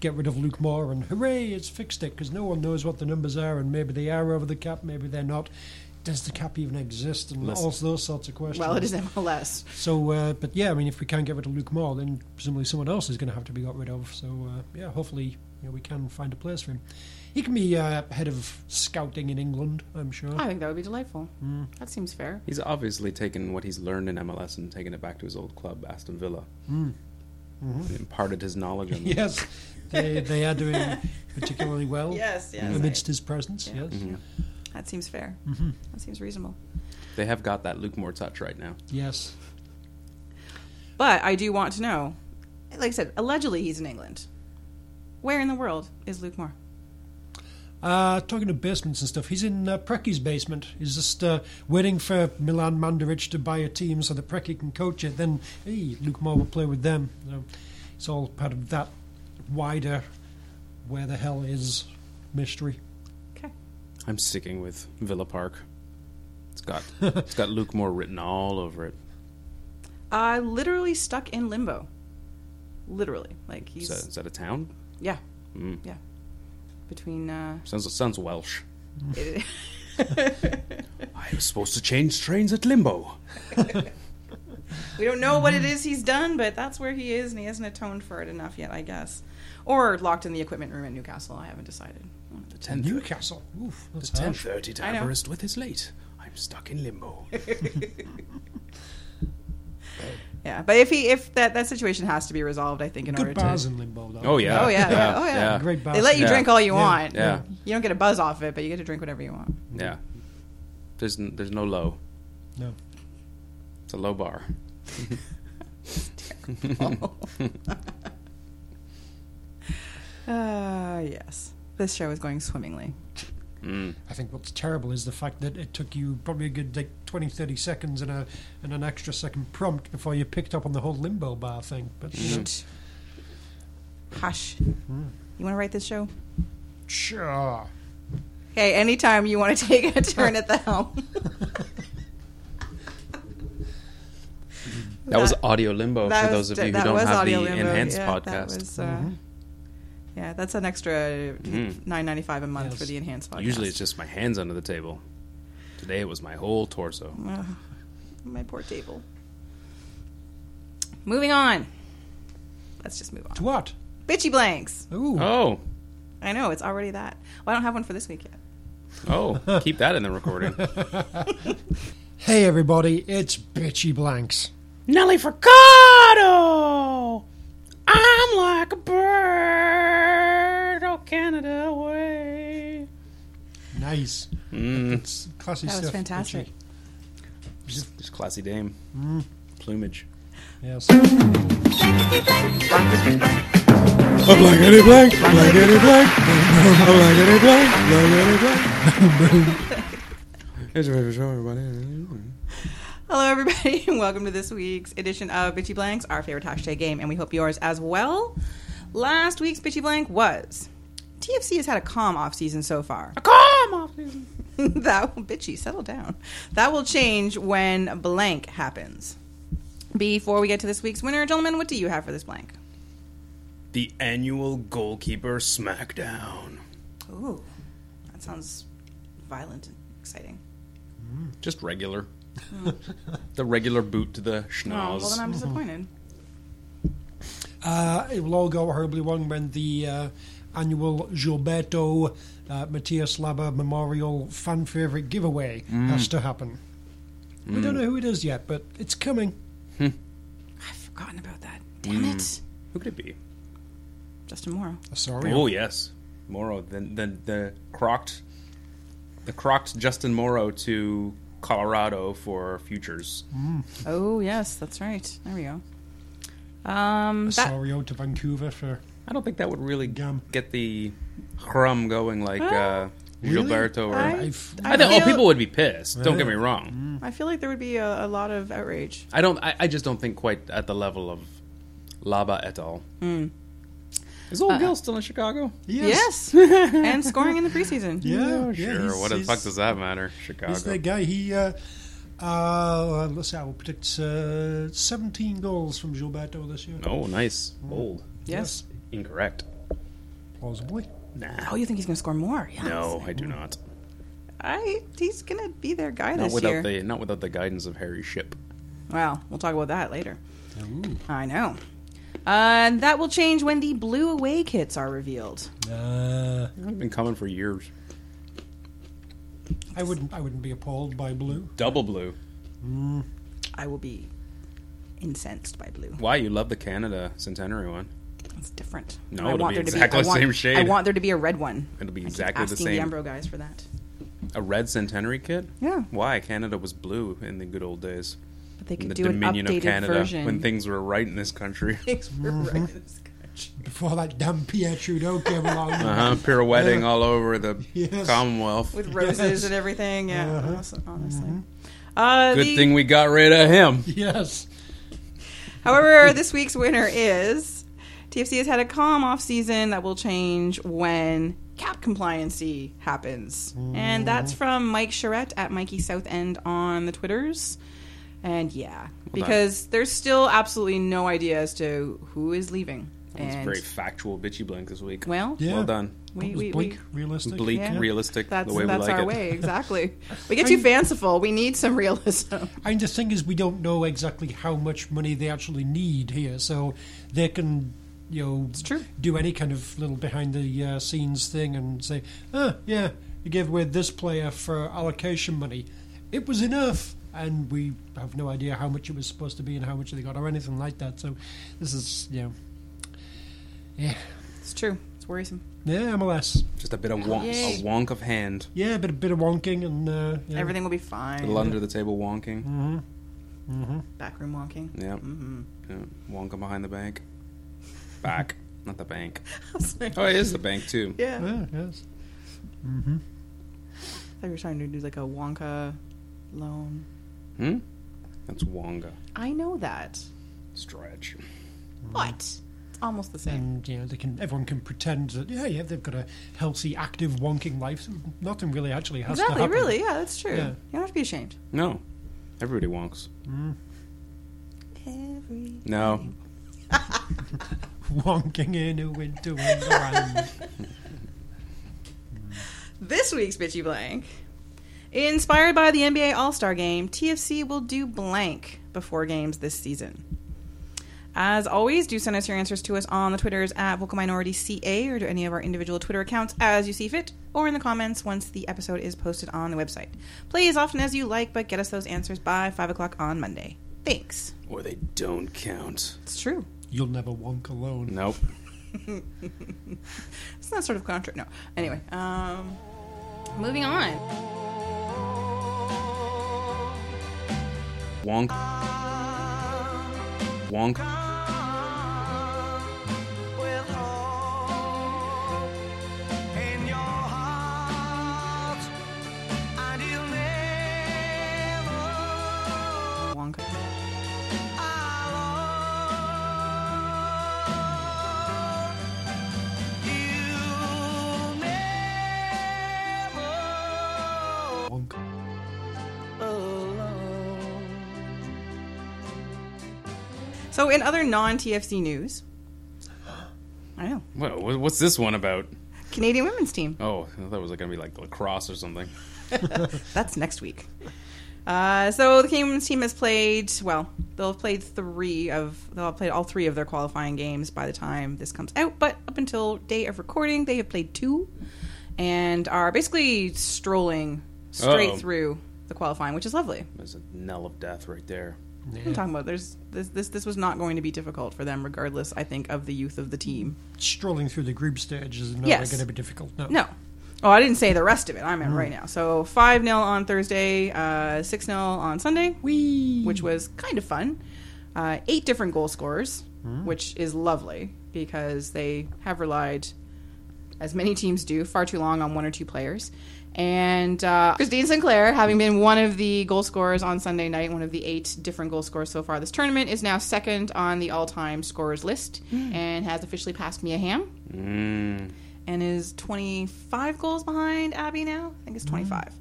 Speaker 3: get rid of Luke Moore and hooray, it's fixed it because no one knows what the numbers are and maybe they are over the cap, maybe they're not. Does the cap even exist? And
Speaker 1: Listen.
Speaker 3: all those sorts of questions.
Speaker 2: Well, it is MLS.
Speaker 3: So, uh, but yeah, I mean, if we can't get rid of Luke Moore, then presumably someone else is going to have to be got rid of. So, uh, yeah, hopefully you know, we can find a place for him. He can be uh, head of scouting in England, I'm sure.
Speaker 2: I think that would be delightful.
Speaker 3: Hmm.
Speaker 2: That seems fair.
Speaker 1: He's obviously taken what he's learned in MLS and taken it back to his old club, Aston Villa. And imparted his knowledge on them.
Speaker 3: Yes, they, they are doing particularly well
Speaker 2: Yes, yes.
Speaker 3: amidst his presence.
Speaker 2: Yeah.
Speaker 3: Yes.
Speaker 2: That seems fair.
Speaker 3: Mm-hmm.
Speaker 2: That seems reasonable.
Speaker 1: They have got that Luke Moore touch right now.
Speaker 3: Yes.
Speaker 2: But I do want to know, like I said, allegedly he's in England. Where in the world is Luke Moore?
Speaker 3: Uh, talking of basements and stuff, he's in uh, Precky's basement. He's just uh, waiting for Milan Mandaric to buy a team so that Precky can coach it. Then, hey, Luke Moore will play with them. So it's all part of that wider where the hell is mystery.
Speaker 2: Okay.
Speaker 1: I'm sticking with Villa Park. It's got it's got Luke Moore written all over it.
Speaker 2: Uh, literally stuck in limbo. Literally, like
Speaker 1: Is
Speaker 2: he's
Speaker 1: that, is that a town?
Speaker 2: yeah,
Speaker 1: Mm.
Speaker 2: yeah. Between uh,
Speaker 1: Sounds sounds Welsh.
Speaker 2: it-
Speaker 1: I was supposed to change trains at Limbo.
Speaker 2: we don't know what it is he's done, but that's where he is, and he hasn't atoned for it enough yet, I guess. Or locked in the equipment room at Newcastle. I haven't decided.
Speaker 1: The tenth
Speaker 3: Newcastle. Oof, that's harsh.
Speaker 1: thirty to
Speaker 2: I know. Everest
Speaker 1: with his late. I'm stuck in limbo.
Speaker 2: Yeah, but if he if that that situation has to be resolved, I think in
Speaker 3: Good
Speaker 2: order
Speaker 3: bars
Speaker 2: to
Speaker 3: in limbo, though.
Speaker 1: Oh yeah.
Speaker 2: Oh, yeah, yeah. Oh, yeah.
Speaker 3: Great bars.
Speaker 2: they let you
Speaker 1: Yeah.
Speaker 2: drink all you
Speaker 3: Yeah.
Speaker 2: want.
Speaker 1: Yeah.
Speaker 2: you don't get a buzz off it, but you get to drink whatever you want.
Speaker 1: Yeah. There's n- there's no low.
Speaker 3: No.
Speaker 1: It's a low bar.
Speaker 2: Uh, yes. This show is going swimmingly.
Speaker 3: I think what's terrible is the fact that it took you probably a good like 20, 30 seconds and, a, and an extra second prompt before you picked up on the whole limbo bar thing. But
Speaker 1: Mm-hmm.
Speaker 3: you know,
Speaker 2: Hush.
Speaker 3: Mm-hmm.
Speaker 2: You want to write this show?
Speaker 3: sure.
Speaker 2: Hey, anytime you want to take a turn at the helm.
Speaker 1: That, was audio limbo
Speaker 2: That
Speaker 1: for
Speaker 2: was-
Speaker 1: those of you who
Speaker 2: that
Speaker 1: don't
Speaker 2: was
Speaker 1: have the
Speaker 2: Audio Limbo.
Speaker 1: enhanced
Speaker 2: Yeah,
Speaker 1: podcast.
Speaker 2: That was, uh, Yeah, that's an extra nine ninety five a month for
Speaker 3: Yes.
Speaker 2: the enhanced podcast.
Speaker 1: Mm-hmm. Usually it's just my hands under the table. Today it was my whole torso.
Speaker 2: my poor table. Moving on. Let's just move on.
Speaker 3: To what?
Speaker 2: Bitchy blanks.
Speaker 3: Ooh.
Speaker 1: Oh,
Speaker 2: I know it's already that. Well, I don't have one for this week yet.
Speaker 1: oh, keep that in the recording.
Speaker 3: Hey, everybody, it's Bitchy Blanks.
Speaker 1: Nelly Furcado! I'm like a bird, oh Canada away.
Speaker 3: Nice.
Speaker 1: Mm.
Speaker 3: It's classy
Speaker 2: That was
Speaker 3: stuff.
Speaker 2: fantastic.
Speaker 3: Bitchy.
Speaker 1: Just, just classy dame.
Speaker 2: Mm.
Speaker 1: Plumage.
Speaker 3: Yes.
Speaker 4: I'm like any blank, like any blank, I'm like any blank, like any blank. It's a favorite show, everybody.
Speaker 2: Hello, everybody, and welcome to this week's edition of Bitchy Blanks, our favorite hashtag game, and we hope yours as well. Last week's Bitchy Blank was TFC has had a calm off season so far.
Speaker 1: Come off season.
Speaker 2: that will, bitchy, settle down. That will change when blank happens. Before we get to this week's winner, gentlemen, what do you have for this blank?
Speaker 1: The annual goalkeeper smackdown.
Speaker 2: Ooh, that sounds violent and exciting.
Speaker 1: Just regular. the regular boot to the
Speaker 2: Oh, well,
Speaker 1: schnoz.
Speaker 2: then I'm disappointed.
Speaker 3: Uh, it will all go horribly wrong when the uh, annual Gilberto uh, Matias Laba Memorial Fan Favorite Giveaway
Speaker 1: Mm.
Speaker 3: has to happen. We don't know who it is yet, but it's coming.
Speaker 2: I've forgotten about that. Damn it.
Speaker 1: Who could it be?
Speaker 2: Justin Morrow.
Speaker 3: Sorry.
Speaker 1: Oh yes, Morrow. Then the the crocked, the crocked Justin Morrow to Colorado for futures.
Speaker 2: Oh, yes, that's right. There we go. Um, that,
Speaker 3: Sorry out to Vancouver for.
Speaker 1: I don't think that would really
Speaker 3: Gum.
Speaker 1: get the crumb going like uh,
Speaker 3: Really?
Speaker 1: Gilberto. Or, I,
Speaker 2: I-
Speaker 3: I've,
Speaker 2: I
Speaker 1: think oh,
Speaker 2: feel-
Speaker 1: people would be pissed. Don't get me wrong.
Speaker 2: I feel like there would be a, a lot of outrage.
Speaker 1: I don't. I, I just don't think quite at the level of Laba et al.
Speaker 2: Hmm.
Speaker 1: Is
Speaker 2: Uh,
Speaker 1: old Gil still in Chicago? Oh,
Speaker 2: Yes. and scoring in the preseason.
Speaker 3: Yeah, yeah,
Speaker 1: sure.
Speaker 3: he's-
Speaker 1: what the fuck
Speaker 3: he's-
Speaker 1: does that matter? Chicago.
Speaker 3: He's the guy. He, uh, uh, let's say I will predict uh, 17 goals from Gilberto this year.
Speaker 1: oh, nice. Old.
Speaker 2: Yes.
Speaker 1: Incorrect.
Speaker 3: Plausibly.
Speaker 1: Nah.
Speaker 2: Oh, you think he's going to score more? Yes.
Speaker 1: No, I do not.
Speaker 2: I, he's going to be their guy
Speaker 1: Not
Speaker 2: this
Speaker 1: without
Speaker 2: year.
Speaker 1: the not without the guidance of Harry Ship.
Speaker 2: Wow, we'll talk about that later. I know. Uh, that will change when the blue away kits are revealed.
Speaker 3: Uh,
Speaker 2: Mm.
Speaker 1: I've been coming for years.
Speaker 3: I wouldn't. I wouldn't be appalled by blue.
Speaker 1: Double blue.
Speaker 2: I will be incensed by blue.
Speaker 1: Why you love the Canada centenary one?
Speaker 2: It's different.
Speaker 1: No,
Speaker 2: And
Speaker 1: it'll be
Speaker 2: I
Speaker 1: exactly the
Speaker 2: want-
Speaker 1: same shade.
Speaker 2: I want there to be a red one.
Speaker 1: It'll be
Speaker 2: I keep
Speaker 1: exactly the
Speaker 2: asking
Speaker 1: same.
Speaker 2: the Umbro guys for that,
Speaker 1: A red centenary kit?
Speaker 2: Yeah.
Speaker 1: Why Canada was blue in the good old days?
Speaker 2: but they
Speaker 1: In
Speaker 2: could
Speaker 1: the
Speaker 2: do an
Speaker 1: Dominion
Speaker 2: updated
Speaker 1: of Canada
Speaker 2: version.
Speaker 1: when things were right in this country.
Speaker 2: Things were right in this country.
Speaker 3: Before that damn Pierre Trudeau came along.
Speaker 1: Uh-huh, pirouetting all over the
Speaker 3: Yes.
Speaker 1: Commonwealth.
Speaker 2: with roses
Speaker 3: Yes.
Speaker 2: and everything. Yeah, honest- honestly. Uh,
Speaker 1: Uh-huh. Good
Speaker 2: the-
Speaker 1: thing we got rid of him.
Speaker 3: Yes.
Speaker 2: However, this week's winner is TFC has had a calm off season that will change when cap compliancy happens, and
Speaker 1: Mm-hmm.
Speaker 2: that's from Mike Charette at Mikey South End on the Twitters. And yeah, because there's still absolutely no idea as to who is leaving.
Speaker 1: It's
Speaker 2: And
Speaker 1: very factual bitchy blank this week.
Speaker 2: well,
Speaker 3: Yeah.
Speaker 1: Well done.
Speaker 2: we,
Speaker 3: It was
Speaker 2: we, we-
Speaker 3: bleak, realistic.
Speaker 1: Bleak,
Speaker 2: Yeah.
Speaker 1: realistic,
Speaker 2: that's
Speaker 1: the way we
Speaker 2: that's
Speaker 1: like
Speaker 2: our
Speaker 1: it.
Speaker 2: way exactly. We get too fanciful. We need some realism.
Speaker 3: And the thing is, we don't know exactly how much money they actually need here, so they can, you know,
Speaker 2: true.
Speaker 3: do any kind of little behind the uh, scenes thing and say, "Ah, yeah, you gave away this player for allocation money. It was enough." And we have no idea how much it was supposed to be and how much they got or anything like that. So this is, you know, yeah,
Speaker 2: It's true. It's worrisome.
Speaker 3: yeah, MLS.
Speaker 1: Just a bit of wonk,
Speaker 2: Yay.
Speaker 1: a wonk of hand.
Speaker 3: Yeah, a bit, a bit of wonking and uh, yeah.
Speaker 2: Everything will be
Speaker 1: A
Speaker 2: fine.
Speaker 1: little under the table wonking.
Speaker 2: Backroom walking. Mm-hmm.
Speaker 1: Yeah. yeah. Wonka behind the bank. Back. Not the bank.
Speaker 2: I was like,
Speaker 1: Oh, it is the bank too.
Speaker 2: yeah. I
Speaker 3: Yeah, yes.
Speaker 2: thought you were trying to do like a Wonka loan.
Speaker 1: Hmm? That's Wonga.
Speaker 2: I know that.
Speaker 3: Mm.
Speaker 1: Stretch.
Speaker 2: What? It's almost the same.
Speaker 3: And you know, they can everyone can pretend that yeah, yeah, they've got a healthy, active, wonking life. Nothing really actually has to
Speaker 2: exactly.
Speaker 3: happen.
Speaker 2: Really? Yeah, that's true.
Speaker 3: Yeah.
Speaker 2: You don't have to be ashamed.
Speaker 1: No. Everybody wonks.
Speaker 2: Every
Speaker 1: No.
Speaker 3: Wonking in a winter wonderland.
Speaker 2: This week's Bitchy Blank. Inspired by the NBA All Star game, TFC will do blank before games this season. As always, do send us your answers to us on the Twitters at Vocal Minority CA or to any of our individual Twitter accounts as you see fit, or in the comments once the episode is posted on the website. Play as often as you like, but get us those answers by 5 o'clock on Monday. Thanks.
Speaker 1: Or they don't count.
Speaker 2: It's true.
Speaker 3: You'll never wonk alone.
Speaker 1: Nope.
Speaker 2: It's not sort of contract. No. Anyway, um, moving on.
Speaker 1: Wonk. Wonk.
Speaker 5: with hope in your heart, and you'll never
Speaker 2: Wonka.
Speaker 5: alone. You'll never
Speaker 3: Wonk.
Speaker 2: So, in other non TFC news, I know
Speaker 1: What, what- what's this one about?
Speaker 2: Canadian women's team.
Speaker 1: Oh, I thought it was going to be like lacrosse or something.
Speaker 2: That's next week. Uh, so the Canadian women's team has played. Well, they'll have played three of they'll have played all three of their qualifying games by the time this comes out. But up until day of recording, they have played two, and are basically strolling straight
Speaker 1: Uh-oh.
Speaker 2: through the qualifying, which is lovely.
Speaker 1: There's a knell of death right there.
Speaker 2: I'm talking about there's this this this was not going to be difficult for them, regardless. I think of the youth of the team.
Speaker 3: Strolling through the group stage is never
Speaker 2: Yes.
Speaker 3: going to be difficult. No.
Speaker 2: No. Oh, I didn't say the rest of it. I'm in right now. So 5 0 on Thursday, 6 0 on Sunday,
Speaker 3: Whee!
Speaker 2: which was kind of fun. Uh, eight different goal scorers, which is lovely because they have relied, as many teams do, far too long on one or two players. And uh, Christine Sinclair, having been one of the goal scorers on Sunday night, one of the eight different goal scorers so far this tournament, is now second on the all time scorers list and has officially passed Mia Hamm
Speaker 1: Mm.
Speaker 2: and is 25 goals behind Abby now. I think it's 25.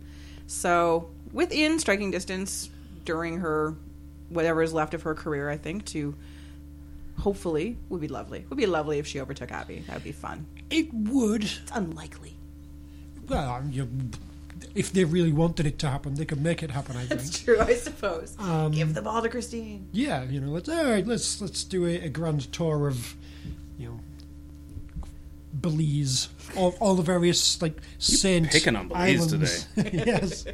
Speaker 2: So within striking distance during her whatever is left of her career, I think to hopefully would be lovely. Would be lovely if she overtook Abby. That would be fun.
Speaker 3: It would.
Speaker 2: It's unlikely.
Speaker 3: Well, um, you, if they really wanted it to happen, they could make it happen. I think.
Speaker 2: True, I suppose. Give the ball to Christine.
Speaker 3: yeah, you know, let's all right, let's let's do a, a grand tour of, you know, Belize, all, all the various like Saint
Speaker 1: picking on Belize
Speaker 3: islands. yes,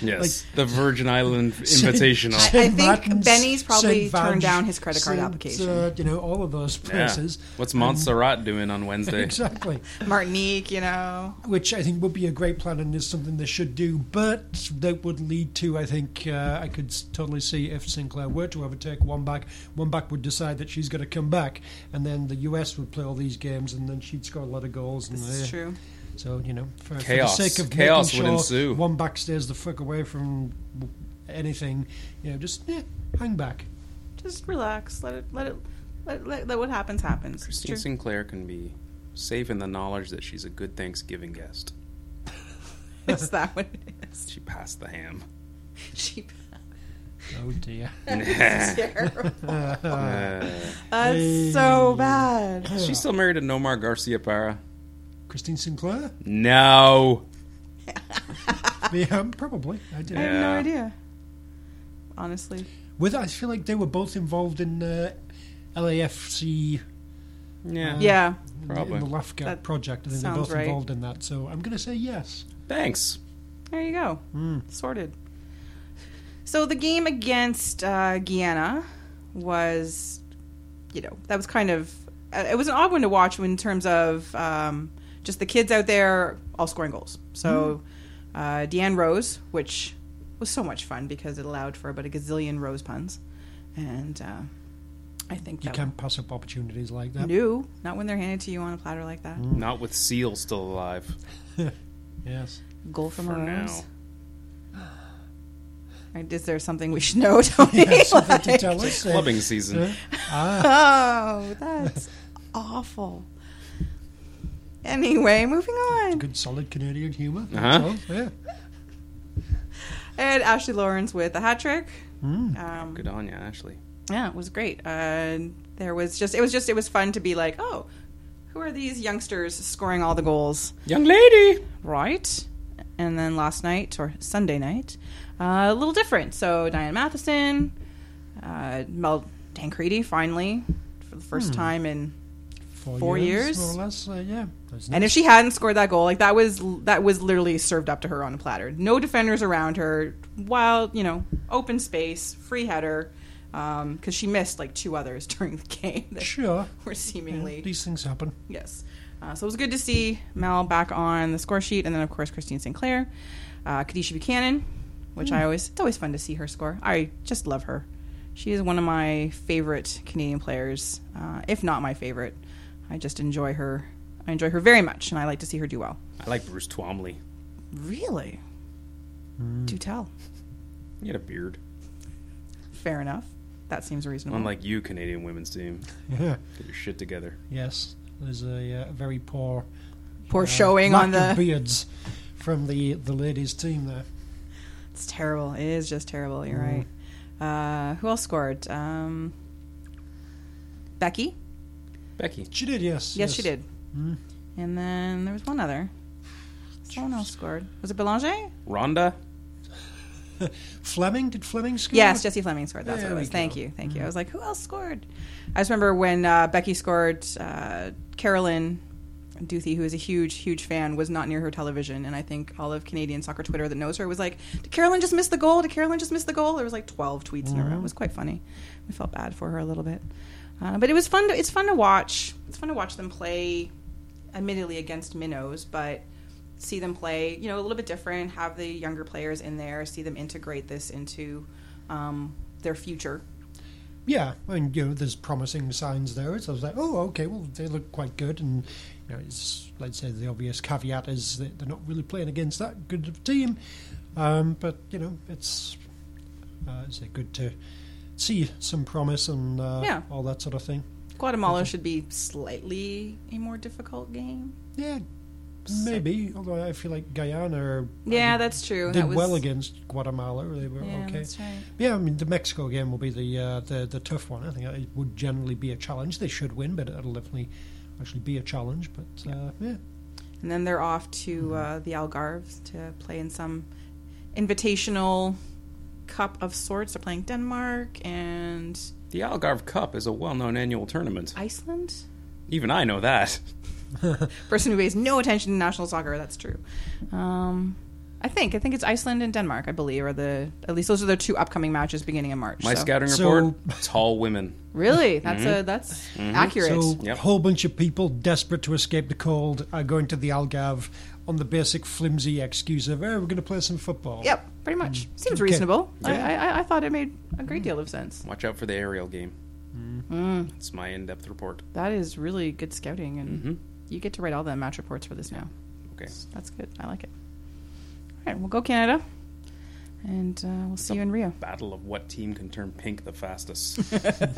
Speaker 1: Yes. the Virgin Island
Speaker 2: I- I
Speaker 1: Invitational.
Speaker 2: think Benny's probably turned down his credit card
Speaker 3: Saint,
Speaker 2: application.
Speaker 3: Uh, you know, all of those
Speaker 1: Yeah.
Speaker 3: places. Um,
Speaker 1: What's Montserrat doing on Wednesday?
Speaker 3: Exactly,
Speaker 2: Martinique, you know.
Speaker 3: which I think would be a great plan and is something they should do, but that would lead to, I think, uh, I could s- totally see if Sinclair were to overtake Wambach, Wambach would decide that she's going to come back, and then the US would play all these games, and then she'd score a lot of goals. And,
Speaker 2: This is
Speaker 3: uh,
Speaker 2: true.
Speaker 3: So, you know, for,
Speaker 1: Chaos.
Speaker 3: for the sake of
Speaker 1: Chaos
Speaker 3: making
Speaker 1: would
Speaker 3: sure
Speaker 1: ensue.
Speaker 3: Wambach stays the fuck away from w- anything, you know, just eh, hang back.
Speaker 2: Just relax. Let it let it let, let, let what happens happens. It's
Speaker 1: Christine
Speaker 2: true.
Speaker 1: Sinclair can be safe in the knowledge that she's a good Thanksgiving guest.
Speaker 2: It's that what it is.
Speaker 1: She passed the ham.
Speaker 2: She
Speaker 3: Oh, dear.
Speaker 2: terrible.
Speaker 1: Uh,
Speaker 2: That's so bad.
Speaker 1: she's still married to Nomar Garcia Para.
Speaker 3: Christine Sinclair?
Speaker 1: No.
Speaker 3: yeah, probably. I did.
Speaker 2: I have no
Speaker 1: Yeah.
Speaker 2: idea. Honestly.
Speaker 3: With I feel like they were both involved in uh, LAFC
Speaker 1: Yeah.
Speaker 2: Yeah.
Speaker 1: Probably.
Speaker 3: um, in the LAFCA
Speaker 2: That
Speaker 3: project. I think they're
Speaker 2: sounds
Speaker 3: both
Speaker 2: right.
Speaker 3: involved in that, so I'm going to say yes.
Speaker 1: Thanks.
Speaker 2: There you go.
Speaker 3: Hmm.
Speaker 2: Sorted. So the game against uh, Guyana was, you know, that was kind of uh, it was an odd one to watch in terms of um, just the kids out there all scoring goals. So
Speaker 3: Hmm.
Speaker 2: uh, Deanne Rose, which was so much fun because it allowed for about a gazillion rose puns, and uh, I think
Speaker 3: You
Speaker 2: that
Speaker 3: can't pass up opportunities like that.
Speaker 2: no, not when they're handed to you on a platter like that.
Speaker 1: Not with Seal still alive
Speaker 3: Yes.
Speaker 2: Goal from
Speaker 1: for
Speaker 2: our
Speaker 1: now.
Speaker 2: arms. Right, Is there something we should know, Tony?
Speaker 3: Yeah, something to
Speaker 2: Like-
Speaker 3: tell us. Uh, Ah,
Speaker 1: Clubbing season.
Speaker 2: oh, that's awful. Anyway, moving on.
Speaker 3: good solid Canadian humour.
Speaker 1: Uh-huh.
Speaker 3: That's all, Yeah.
Speaker 2: And Ashley Lawrence with a hat trick.
Speaker 3: Hmm,
Speaker 2: Um,
Speaker 1: Good on you, Ashley.
Speaker 2: yeah, it was great. Uh, there was just it was just it was fun to be like, oh, who are these youngsters scoring all the goals?
Speaker 1: Young lady.
Speaker 2: right? And then last night or Sunday night, uh, a little different. So Diane Matheson, uh, Mel Tancredi finally for the first time in.
Speaker 3: Four,
Speaker 2: Four years?
Speaker 3: More or less. Uh, yeah. That's
Speaker 2: And if she hadn't scored that goal, like that was that was literally served up to her on a platter. No defenders around her, wild, you know, open space, free header, because she missed like two others during the game that
Speaker 3: Sure.
Speaker 2: were seemingly
Speaker 3: These things happen.
Speaker 2: Yes. Uh, so it was good to see Mel back on the score sheet, and then of course Christine Sinclair, uh, Kadisha Buchanan, which I always it's always fun to see her score. I just love her. She is one of my favorite Canadian players, uh, if not my favorite. I just enjoy her. I enjoy her very much, and I like to see her do well.
Speaker 1: I like Bruce Twomley.
Speaker 2: Really? Do tell.
Speaker 1: He had a beard.
Speaker 2: Fair enough. That seems
Speaker 3: Uh-huh.
Speaker 2: reasonable.
Speaker 1: Unlike you, Canadian women's team.
Speaker 3: Yeah.
Speaker 1: Get your shit together.
Speaker 3: Yes. There's a uh, very poor
Speaker 2: Poor
Speaker 3: uh,
Speaker 2: showing
Speaker 3: lack
Speaker 2: on
Speaker 3: of
Speaker 2: the.
Speaker 3: beards from the the ladies' team there.
Speaker 2: It's terrible. It is just terrible. You're
Speaker 3: Mm.
Speaker 2: right. Uh, who else scored? Um, Becky.
Speaker 1: Becky.
Speaker 3: She did. Yes. Mm.
Speaker 2: Yes, she did. And then there was one other. Someone else scored. Was it Belanger?
Speaker 1: Rhonda.
Speaker 3: Fleming did Fleming score?
Speaker 2: Yes, Jesse Fleming scored. That's
Speaker 3: There
Speaker 2: what it
Speaker 3: we
Speaker 2: was. Thank
Speaker 3: go. Mm.
Speaker 2: you, thank you. I was like, who else scored? I just remember when uh, Becky scored. Uh, Carolyn Duthie, who is a huge, huge fan, was not near her television, and I think all of Canadian soccer Twitter that knows her was like, "Did Carolyn just miss the goal? Did Carolyn just miss the goal?" There was like twelve tweets in a row. It was quite funny. We felt bad for her a little bit, uh, but it was fun. To, it's fun to watch. It's fun to watch them play. Admittedly against minnows, but see them play, you know, a little bit different, have the younger players in there, see them integrate this into um, their future.
Speaker 3: Yeah, I mean, you know, there's promising signs there. So I was like, oh, okay, well, they look quite good. And, you know, it's, let's say the obvious caveat is that they're not really playing against that good of a team. Um, but, you know, it's, uh, it's uh, good to see some promise and uh,
Speaker 2: Yeah.
Speaker 3: all that sort of thing.
Speaker 2: Guatemala should be slightly a more difficult game.
Speaker 3: Yeah, maybe. Although I feel like Guyana
Speaker 2: Yeah, that's true.
Speaker 3: did
Speaker 2: that was,
Speaker 3: well against Guatemala. They were
Speaker 2: Yeah,
Speaker 3: okay.
Speaker 2: that's right.
Speaker 3: Yeah, I mean the Mexico game will be the uh, the the tough one. I think it would generally be a challenge. They should win, but it'll definitely actually be a challenge. But uh, yeah,
Speaker 2: And then they're off to uh, the Algarves to play in some invitational cup of sorts. They're playing Denmark and
Speaker 1: The Algarve Cup is a well-known annual tournament.
Speaker 2: Iceland.
Speaker 1: Even I know that.
Speaker 2: person who pays no attention to national soccer. That's true. Um, I think I think it's Iceland and Denmark. I believe are the at least those are the two upcoming matches beginning in March.
Speaker 1: My
Speaker 2: so.
Speaker 1: scouting
Speaker 3: So-
Speaker 1: report: tall women.
Speaker 2: Really, that's a that's accurate.
Speaker 3: so
Speaker 1: Yep.
Speaker 3: a whole bunch of people desperate to escape the cold are going to the Algarve on the basic flimsy excuse of, "Oh, we're going to play some football."
Speaker 2: Yep, pretty much seems
Speaker 3: Okay.
Speaker 2: reasonable.
Speaker 1: Yeah.
Speaker 2: I, I I thought it made a great deal of sense.
Speaker 1: Watch out for the aerial game.
Speaker 2: Mm.
Speaker 1: It's my in-depth report.
Speaker 2: That is really good scouting, and you get to write all the match reports for this now.
Speaker 1: Okay.
Speaker 2: That's good. I like it. All right, we'll go Canada, and uh, we'll see you in Rio.
Speaker 1: Battle of what team can turn pink the fastest.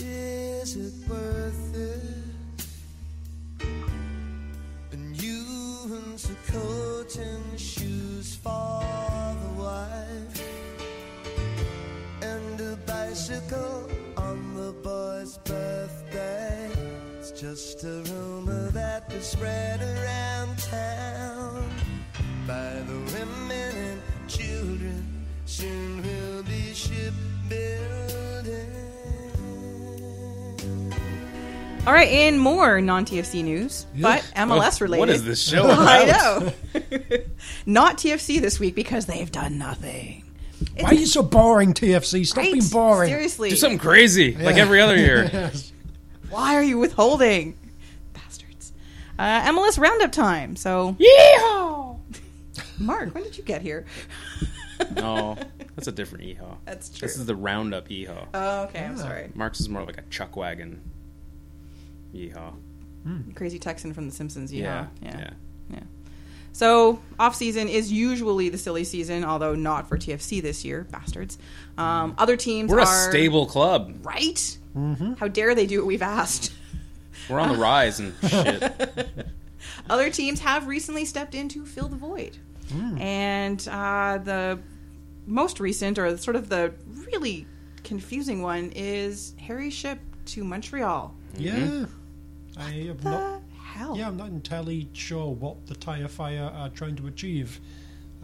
Speaker 5: Is it worth it? And you and the coat and shoes for the wife, and a bicycle on the boy's birthday. It's just a rumor that was spread around town by the women and children. Soon we'll be shipbuilding.
Speaker 2: All right, in more non TFC news, but MLS related.
Speaker 1: What is this show
Speaker 2: I
Speaker 1: about?
Speaker 2: know. Not TFC this week because they've done nothing.
Speaker 3: Why are you so boring, TFC? Stop
Speaker 2: Right?
Speaker 3: being boring.
Speaker 2: Seriously.
Speaker 1: Do something crazy like every other year.
Speaker 3: Yes.
Speaker 2: Why are you withholding? Bastards. Uh, MLS Roundup time. So, Mark, when did you get here?
Speaker 1: No, that's a different yeehaw.
Speaker 2: That's true.
Speaker 1: This is the roundup yeehaw.
Speaker 2: oh, okay,
Speaker 1: Ah.
Speaker 2: I'm sorry.
Speaker 1: Mark's is more like a chuck wagon yeehaw.
Speaker 2: Crazy Texan from The Simpsons.
Speaker 1: Yeah,
Speaker 2: Yeah,
Speaker 1: yeah.
Speaker 2: Yeah. So off season is usually the silly season, although not for TFC this year, bastards. Um, other teams
Speaker 1: We're
Speaker 2: are
Speaker 1: a stable club.
Speaker 2: right? How dare they do what we've asked?
Speaker 1: We're on the rise and shit.
Speaker 2: Other teams have recently stepped in to fill the void, and uh, the most recent, or sort of the really confusing one, is Harry's ship to Montreal.
Speaker 3: Yeah.
Speaker 1: Mm-hmm.
Speaker 3: I am
Speaker 2: The
Speaker 3: not
Speaker 2: hell?
Speaker 3: Yeah, I'm not entirely sure what the tire fire are trying to achieve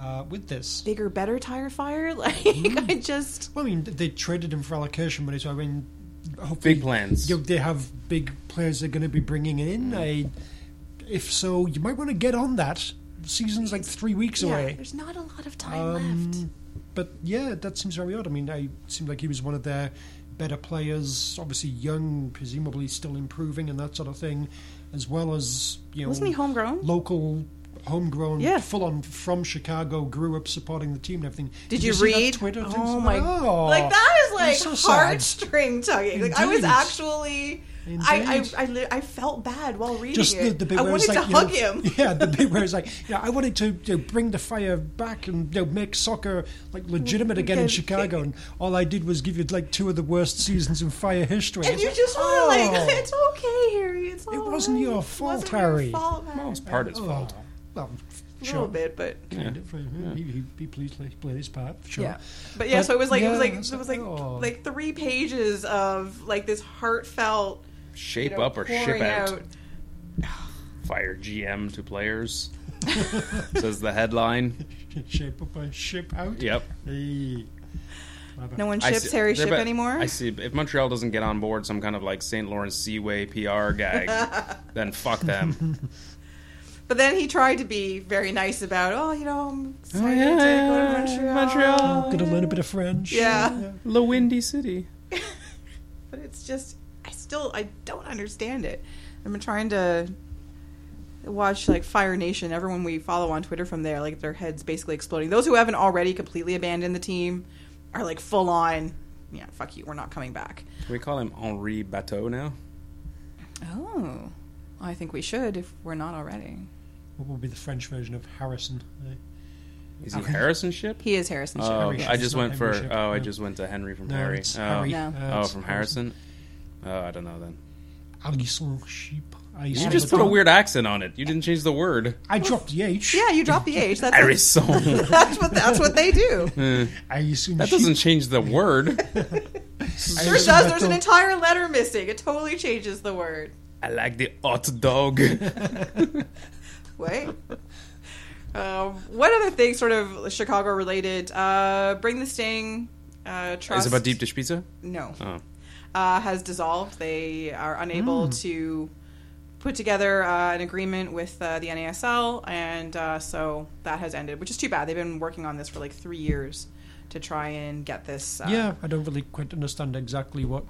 Speaker 3: uh, with this.
Speaker 2: Bigger, better tire fire? Like I just
Speaker 3: Well, I mean, they traded him for allocation money, so I mean, hopefully,
Speaker 1: Big plans.
Speaker 3: you know, they have big players they're going to be bringing in. I, if so, you might want to get on that. Season's like three weeks
Speaker 2: yeah,
Speaker 3: away.
Speaker 2: there's not a lot of time
Speaker 3: Um,
Speaker 2: left.
Speaker 3: But yeah, that seems very odd. I mean, I it seemed like he was one of their better players, obviously young, presumably still improving and that sort of thing, as well as you know,
Speaker 2: Wasn't he homegrown?
Speaker 3: local, homegrown,
Speaker 2: Yeah.
Speaker 3: full on from Chicago, grew up supporting the team and everything.
Speaker 2: Did you,
Speaker 3: see that
Speaker 2: read?
Speaker 3: Twitter thing?
Speaker 2: oh my!
Speaker 3: Oh,
Speaker 2: like that is like
Speaker 3: so sad.
Speaker 2: heartstring tugging. Like I was
Speaker 3: Indeed.
Speaker 2: actually, I
Speaker 3: Indeed.
Speaker 2: I, I, li- I felt bad while reading
Speaker 3: Just the,
Speaker 2: it.
Speaker 3: the bit
Speaker 2: I
Speaker 3: where
Speaker 2: wanted
Speaker 3: it's
Speaker 2: to
Speaker 3: like, you
Speaker 2: hug
Speaker 3: know,
Speaker 2: him.
Speaker 3: yeah, the bit where it's like, you know, I wanted to you know, bring the fire back and you know, make soccer like legitimate again in
Speaker 2: Again.
Speaker 3: Chicago, and all I did was give you like two of the worst seasons in fire history.
Speaker 2: And
Speaker 3: It's
Speaker 2: you
Speaker 3: like,
Speaker 2: just want to
Speaker 3: oh.
Speaker 2: like, it's okay, Harry. It's all
Speaker 3: It wasn't
Speaker 2: right.
Speaker 3: your
Speaker 2: It
Speaker 3: fault,
Speaker 2: wasn't
Speaker 3: Harry.
Speaker 2: Your fault, man.
Speaker 1: It's part of his
Speaker 3: Oh.
Speaker 1: fault.
Speaker 3: Well,
Speaker 2: a
Speaker 3: sure.
Speaker 2: Oh. little bit, but
Speaker 3: Kind of. Yeah, He, he, he please played his part. Sure.
Speaker 2: yeah. But yeah,
Speaker 3: But
Speaker 2: so it was like it was
Speaker 3: yeah,
Speaker 2: like
Speaker 3: it's
Speaker 2: it was like
Speaker 3: oh.
Speaker 2: like three pages of like this heartfelt you
Speaker 1: Shape
Speaker 2: know,
Speaker 1: up or ship
Speaker 2: pouring
Speaker 1: out. Fire GM to players. says the headline.
Speaker 3: Shape up a ship out.
Speaker 1: Yep.
Speaker 3: Hey.
Speaker 2: No one
Speaker 1: I
Speaker 2: ships
Speaker 1: see-
Speaker 2: Harry
Speaker 1: they're
Speaker 2: ship
Speaker 1: about-
Speaker 2: anymore.
Speaker 1: I see. If Montreal doesn't get on board some kind of like St. Lawrence Seaway PR guy, then fuck them.
Speaker 2: But then he tried to be very nice about, oh, you know, I'm excited
Speaker 1: yeah,
Speaker 2: to go
Speaker 1: yeah,
Speaker 2: to Montreal.
Speaker 1: Montreal.
Speaker 3: Gonna learn a bit of French.
Speaker 2: Yeah.
Speaker 1: La Windy City.
Speaker 2: But it's just, I still, I don't understand it. I've been trying to watch like Fire Nation. Everyone we follow on Twitter from there, like their heads basically exploding. Those who haven't already completely abandoned the team are like full on. Yeah, fuck you. We're not coming back.
Speaker 1: Can we call him Henri Bateau now?
Speaker 2: Oh, I think we should if we're not already.
Speaker 3: What will be the French version of Harrison? eh?
Speaker 1: Is he Harrison ship?
Speaker 2: He is Harrison. Ship.
Speaker 1: Oh,
Speaker 3: Harry ship,
Speaker 1: I
Speaker 3: it's
Speaker 1: just
Speaker 3: not
Speaker 1: went for.
Speaker 3: Henry ship,
Speaker 1: Oh, I
Speaker 3: no.
Speaker 1: just went to Henry from
Speaker 3: No,
Speaker 1: Harry.
Speaker 3: it's
Speaker 1: oh.
Speaker 3: Harry.
Speaker 2: No.
Speaker 3: Uh,
Speaker 1: Oh,
Speaker 3: it's
Speaker 1: from Harrison. Oh, I don't know then.
Speaker 3: Harrison sheep. I
Speaker 1: You just put a weird accent on it. You didn't change the word.
Speaker 3: I dropped the H.
Speaker 2: yeah, you dropped the H. That's
Speaker 1: Harrison.
Speaker 2: that's what that's what they do.
Speaker 3: I assume
Speaker 1: That doesn't change the word.
Speaker 2: Sure does. There's an entire letter missing. It totally changes the word.
Speaker 1: I like the hot dog.
Speaker 2: Wait. Um, what other thing, sort of Chicago related? Uh, Bring the Sting. Uh,
Speaker 1: Oh, Is
Speaker 2: trust.
Speaker 1: it about deep dish pizza?
Speaker 2: No.
Speaker 1: Oh.
Speaker 2: Uh, has dissolved. They are unable to put together uh, an agreement with uh, the NASL, and uh, so that has ended, which is too bad. They've been working on this for like three years to try and get this. Uh,
Speaker 3: Yeah, I don't really quite understand exactly what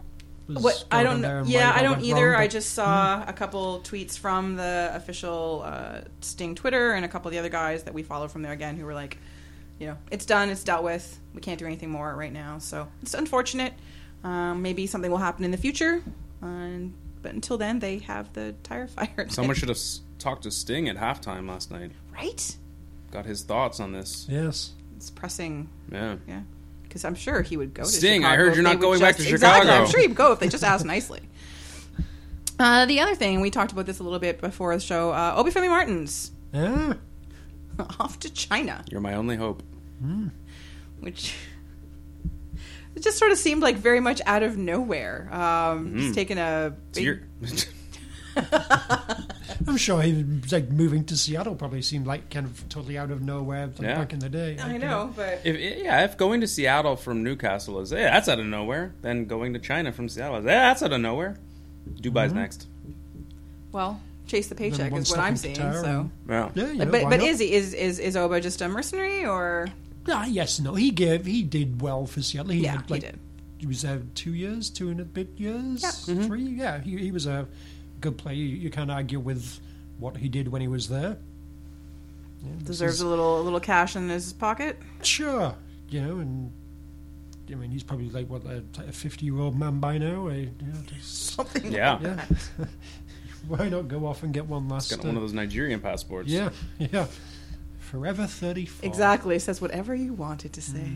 Speaker 3: was
Speaker 2: What I
Speaker 3: going
Speaker 2: don't
Speaker 3: on there
Speaker 2: know.
Speaker 3: and why
Speaker 2: Yeah,
Speaker 3: it
Speaker 2: I
Speaker 3: all
Speaker 2: don't
Speaker 3: went
Speaker 2: either.
Speaker 3: wrong,
Speaker 2: I
Speaker 3: but- mm-hmm.
Speaker 2: just saw a couple tweets from the official uh, Sting Twitter and a couple of the other guys that we follow from there again who were like, you know, it's done, it's dealt with. We can't do anything more right now. So it's unfortunate. Um, maybe something will happen in the future. Um, but until then, they have the tire fire.
Speaker 1: Someone should have s- talked to Sting at halftime last night.
Speaker 2: right?
Speaker 1: Got his thoughts on this.
Speaker 3: Yes.
Speaker 2: It's pressing.
Speaker 1: Yeah.
Speaker 2: Yeah. Because I'm sure he would go to
Speaker 1: Sting, I
Speaker 2: Chicago
Speaker 1: heard
Speaker 2: if
Speaker 1: you're
Speaker 2: they
Speaker 1: not
Speaker 2: would
Speaker 1: going back
Speaker 2: just-
Speaker 1: to
Speaker 2: Exactly.
Speaker 1: Chicago.
Speaker 2: I'm sure he'd go if they just asked nicely. Uh, the other thing, we talked about this a little bit before the show uh, Obafemi Martins
Speaker 3: Yeah.
Speaker 2: off to China,
Speaker 1: You're my only hope.
Speaker 2: which it just sort of seemed like very much out of nowhere. Um, Just taking a.
Speaker 1: Hmm. So you're-
Speaker 3: I'm sure he was like moving to Seattle probably seemed like kind of totally out of nowhere like,
Speaker 1: Yeah.
Speaker 3: back in the day.
Speaker 2: I
Speaker 3: Like,
Speaker 2: know, but.
Speaker 1: if yeah, if going to Seattle from Newcastle is yeah, that's out of nowhere. Then going to China from Seattle is yeah, that's out of nowhere. Dubai's next.
Speaker 2: Well, chase the paycheck
Speaker 3: one
Speaker 2: is what I'm
Speaker 3: stop in
Speaker 2: seeing,
Speaker 3: Qatar
Speaker 2: so.
Speaker 1: Yeah.
Speaker 3: Yeah, you know,
Speaker 2: But, but,
Speaker 3: why not?
Speaker 2: is he is, is is Oba just a mercenary or
Speaker 3: Ah, yes, no. He gave. He did well for Seattle. He
Speaker 2: Yeah,
Speaker 3: had,
Speaker 2: he
Speaker 3: like,
Speaker 2: did.
Speaker 3: He was there two years, two and a bit years,
Speaker 2: Yeah.
Speaker 1: Mm-hmm.
Speaker 3: three. Yeah, he, he was a good player. You, you can't argue with what he did when he was there. Yeah, this
Speaker 2: Deserves
Speaker 3: is-
Speaker 2: a little a little cash in his pocket.
Speaker 3: Sure, you know, and I mean, he's probably like what a fifty-year-old man by now. eh, you know, just-
Speaker 2: Something.
Speaker 1: Yeah.
Speaker 3: yeah, why not go off and get one last?
Speaker 1: Got
Speaker 3: uh,
Speaker 1: one of those Nigerian passports.
Speaker 3: Yeah, yeah. Forever 34.
Speaker 2: Exactly. It says whatever you wanted to say.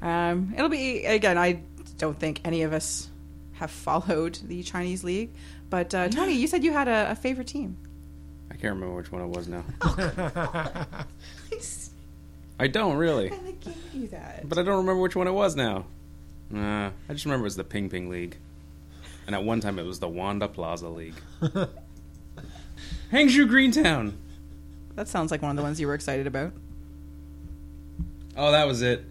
Speaker 2: Um, it'll be again. I don't think any of us have followed the Chinese league, but uh, Tony, you said you had a, a favorite team.
Speaker 1: I can't remember which one it was now.
Speaker 2: I
Speaker 1: I don't really,
Speaker 2: gave you that.
Speaker 1: but I don't remember which one it was now. Uh, I just remember it was the Ping Ping League, and at one time it was the Wanda Plaza League. Hangzhou Greentown.
Speaker 2: That sounds like one of the ones you were excited about.
Speaker 1: Oh, that was it.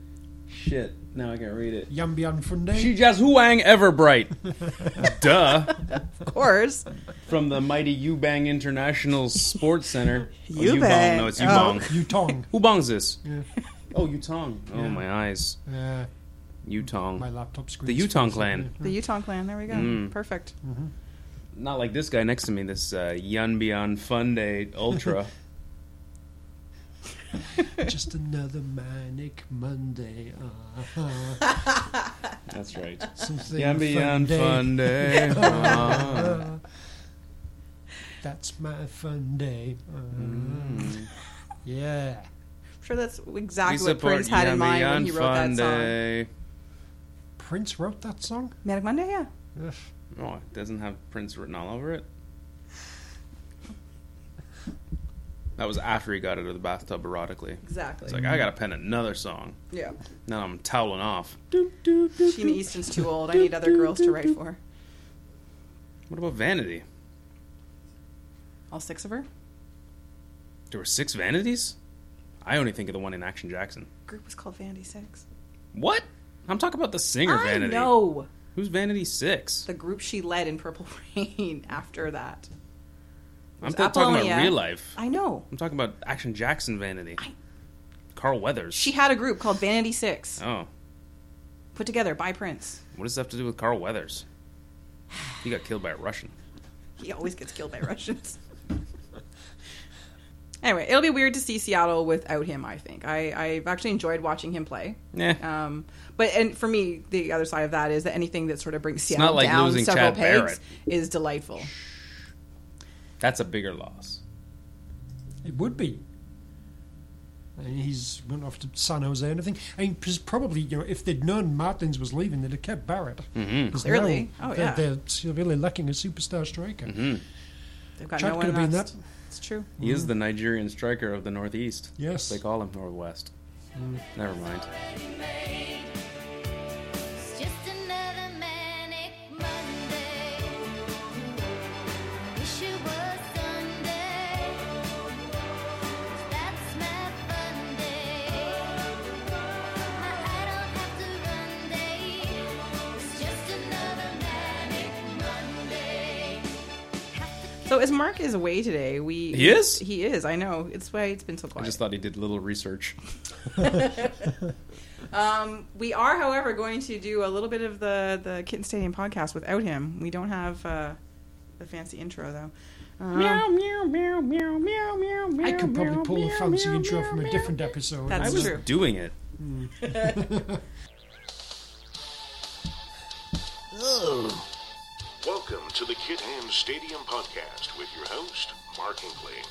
Speaker 1: Shit. Now I can read it.
Speaker 3: Yambian Funde.
Speaker 1: Shijas Huang Everbright. Duh.
Speaker 2: Of course.
Speaker 1: From the mighty Yubang International Sports Center. Oh,
Speaker 2: Yubang.
Speaker 1: Yubang. No, it's
Speaker 2: Oh.
Speaker 1: Yubang.
Speaker 3: Ah, Yutong.
Speaker 1: Who bongs this?
Speaker 3: Yeah.
Speaker 1: Oh, Yutong. Oh,
Speaker 3: Yeah.
Speaker 1: my eyes.
Speaker 3: Uh,
Speaker 1: Yutong.
Speaker 3: my laptop screen.
Speaker 1: The Yutong clan.
Speaker 2: The Yutong clan. There we go.
Speaker 1: Mm.
Speaker 2: Perfect.
Speaker 1: Not like this guy next to me, this uh, Yunbian Funday Ultra.
Speaker 3: Just another manic Monday. Uh-huh.
Speaker 1: That's right.
Speaker 3: Something
Speaker 1: Yunbian
Speaker 3: fun day.
Speaker 1: Funday. Ah.
Speaker 3: Uh, that's my fun day. Uh, Yeah.
Speaker 2: I'm sure that's
Speaker 1: We
Speaker 2: exactly what
Speaker 1: support
Speaker 2: Prince had in mind when
Speaker 1: Yunbian
Speaker 2: he wrote that song.
Speaker 1: Funday.
Speaker 3: Prince wrote that song?
Speaker 2: Manic Monday, yeah.
Speaker 3: Ugh.
Speaker 1: Oh, it doesn't have Prince written all over it. That was after he got out of the bathtub erotically.
Speaker 2: Exactly.
Speaker 1: It's like I gotta pen another song.
Speaker 2: yeah.
Speaker 1: Now I'm toweling off.
Speaker 2: Sheena Easton's too old. I need other girls to write for.
Speaker 1: What about Vanity?
Speaker 2: All six of her?
Speaker 1: There were six vanities. I only think of the one in Action Jackson.
Speaker 2: Group was called Vanity Six.
Speaker 1: What? I'm talking about the singer Vanity.
Speaker 2: I know
Speaker 1: Who's Vanity Six?
Speaker 2: the group she led in Purple Rain after that.
Speaker 1: I'm
Speaker 2: was
Speaker 1: not talking about
Speaker 2: Apollonia.
Speaker 1: real life.
Speaker 2: I know.
Speaker 1: I'm talking about Action Jackson Vanity.
Speaker 2: I-
Speaker 1: Carl Weathers.
Speaker 2: She had a group called Vanity Six,
Speaker 1: oh,
Speaker 2: put together by Prince.
Speaker 1: what does that have to do with Carl Weathers? He got killed by a Russian.
Speaker 2: He always gets killed by Russians. anyway, it'll be weird to see Seattle without him, I think. I, I've actually enjoyed watching him play.
Speaker 1: Yeah.
Speaker 2: Um, but and for me, the other side of that is that anything that sort of brings Seattle
Speaker 1: not like
Speaker 2: down
Speaker 1: losing
Speaker 2: several
Speaker 1: Chad
Speaker 2: pegs
Speaker 1: Barrett.
Speaker 2: is delightful.
Speaker 1: That's a bigger loss.
Speaker 3: It would be. And he's went off to San Jose and everything. I mean, pres- probably you know if they'd known Martins was leaving, they'd have kept Barrett. Mm-hmm.
Speaker 2: Clearly. Oh,
Speaker 3: they're,
Speaker 2: yeah.
Speaker 3: they're severely lacking a superstar striker.
Speaker 2: They've got
Speaker 3: Chad
Speaker 2: no
Speaker 3: could
Speaker 2: one
Speaker 3: have been
Speaker 2: else.
Speaker 3: that.
Speaker 2: It's true.
Speaker 1: He is the Nigerian striker of the Northeast.
Speaker 3: Mm-hmm. Yes. Mm.
Speaker 1: They call him Northwest. Never mind.
Speaker 6: It's just another manic Monday. Wish it was Sunday. That's my fun day. My I don't have to run day. It's just another manic Monday.
Speaker 2: So as Mark is away today, we
Speaker 1: He is?
Speaker 2: he is. I know. It's why it's been so
Speaker 1: I
Speaker 2: quiet.
Speaker 1: just thought he did little research.
Speaker 2: Um, we are, however, going to do a little bit of the the Kitten Stadium podcast without him. We don't have uh, the fancy intro though. Um,
Speaker 3: I could probably pull a fancy intro from a different episode.
Speaker 2: That's
Speaker 1: I was
Speaker 2: true.
Speaker 1: doing it.
Speaker 7: Welcome to the Kid Ham Stadium podcast with your host, Mark Hinkley.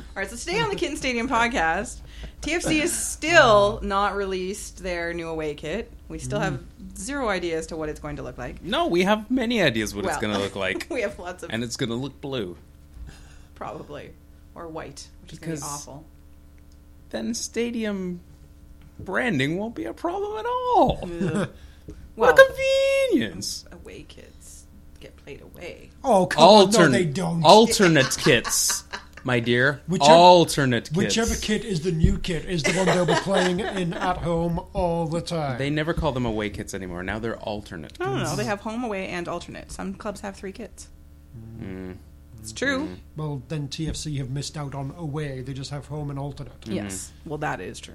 Speaker 2: All right, so today on the Kitten Stadium podcast, TFC has
Speaker 1: Oh.
Speaker 2: still not released their new away kit. We still have
Speaker 1: Mm.
Speaker 2: zero idea as to what it's going to look like.
Speaker 1: No, we have many ideas what
Speaker 2: Well,
Speaker 1: it's going to look like.
Speaker 2: we have lots of
Speaker 1: and it's going to look blue.
Speaker 2: probably or white, which is going
Speaker 1: Because-
Speaker 2: to be awful.
Speaker 1: Then stadium branding won't be a problem at all.
Speaker 2: Well,
Speaker 1: What a convenience.
Speaker 2: away kits get played away.
Speaker 3: oh, come on.
Speaker 1: Alternate,
Speaker 3: No, they don't.
Speaker 1: alternate kits, my dear.
Speaker 3: Whichever-
Speaker 1: alternate kits.
Speaker 3: Whichever kid is the new kid is the one they'll be playing in at home all the time.
Speaker 1: They never call them away kits anymore. Now they're alternate.
Speaker 2: I don't know. They have home, away, and alternate. Some clubs have three kits.
Speaker 1: Mm.
Speaker 2: It's true.
Speaker 3: well, then TFC have missed out on away. They just have home and alternate.
Speaker 2: Yes. Well, Mm-hmm. that is true.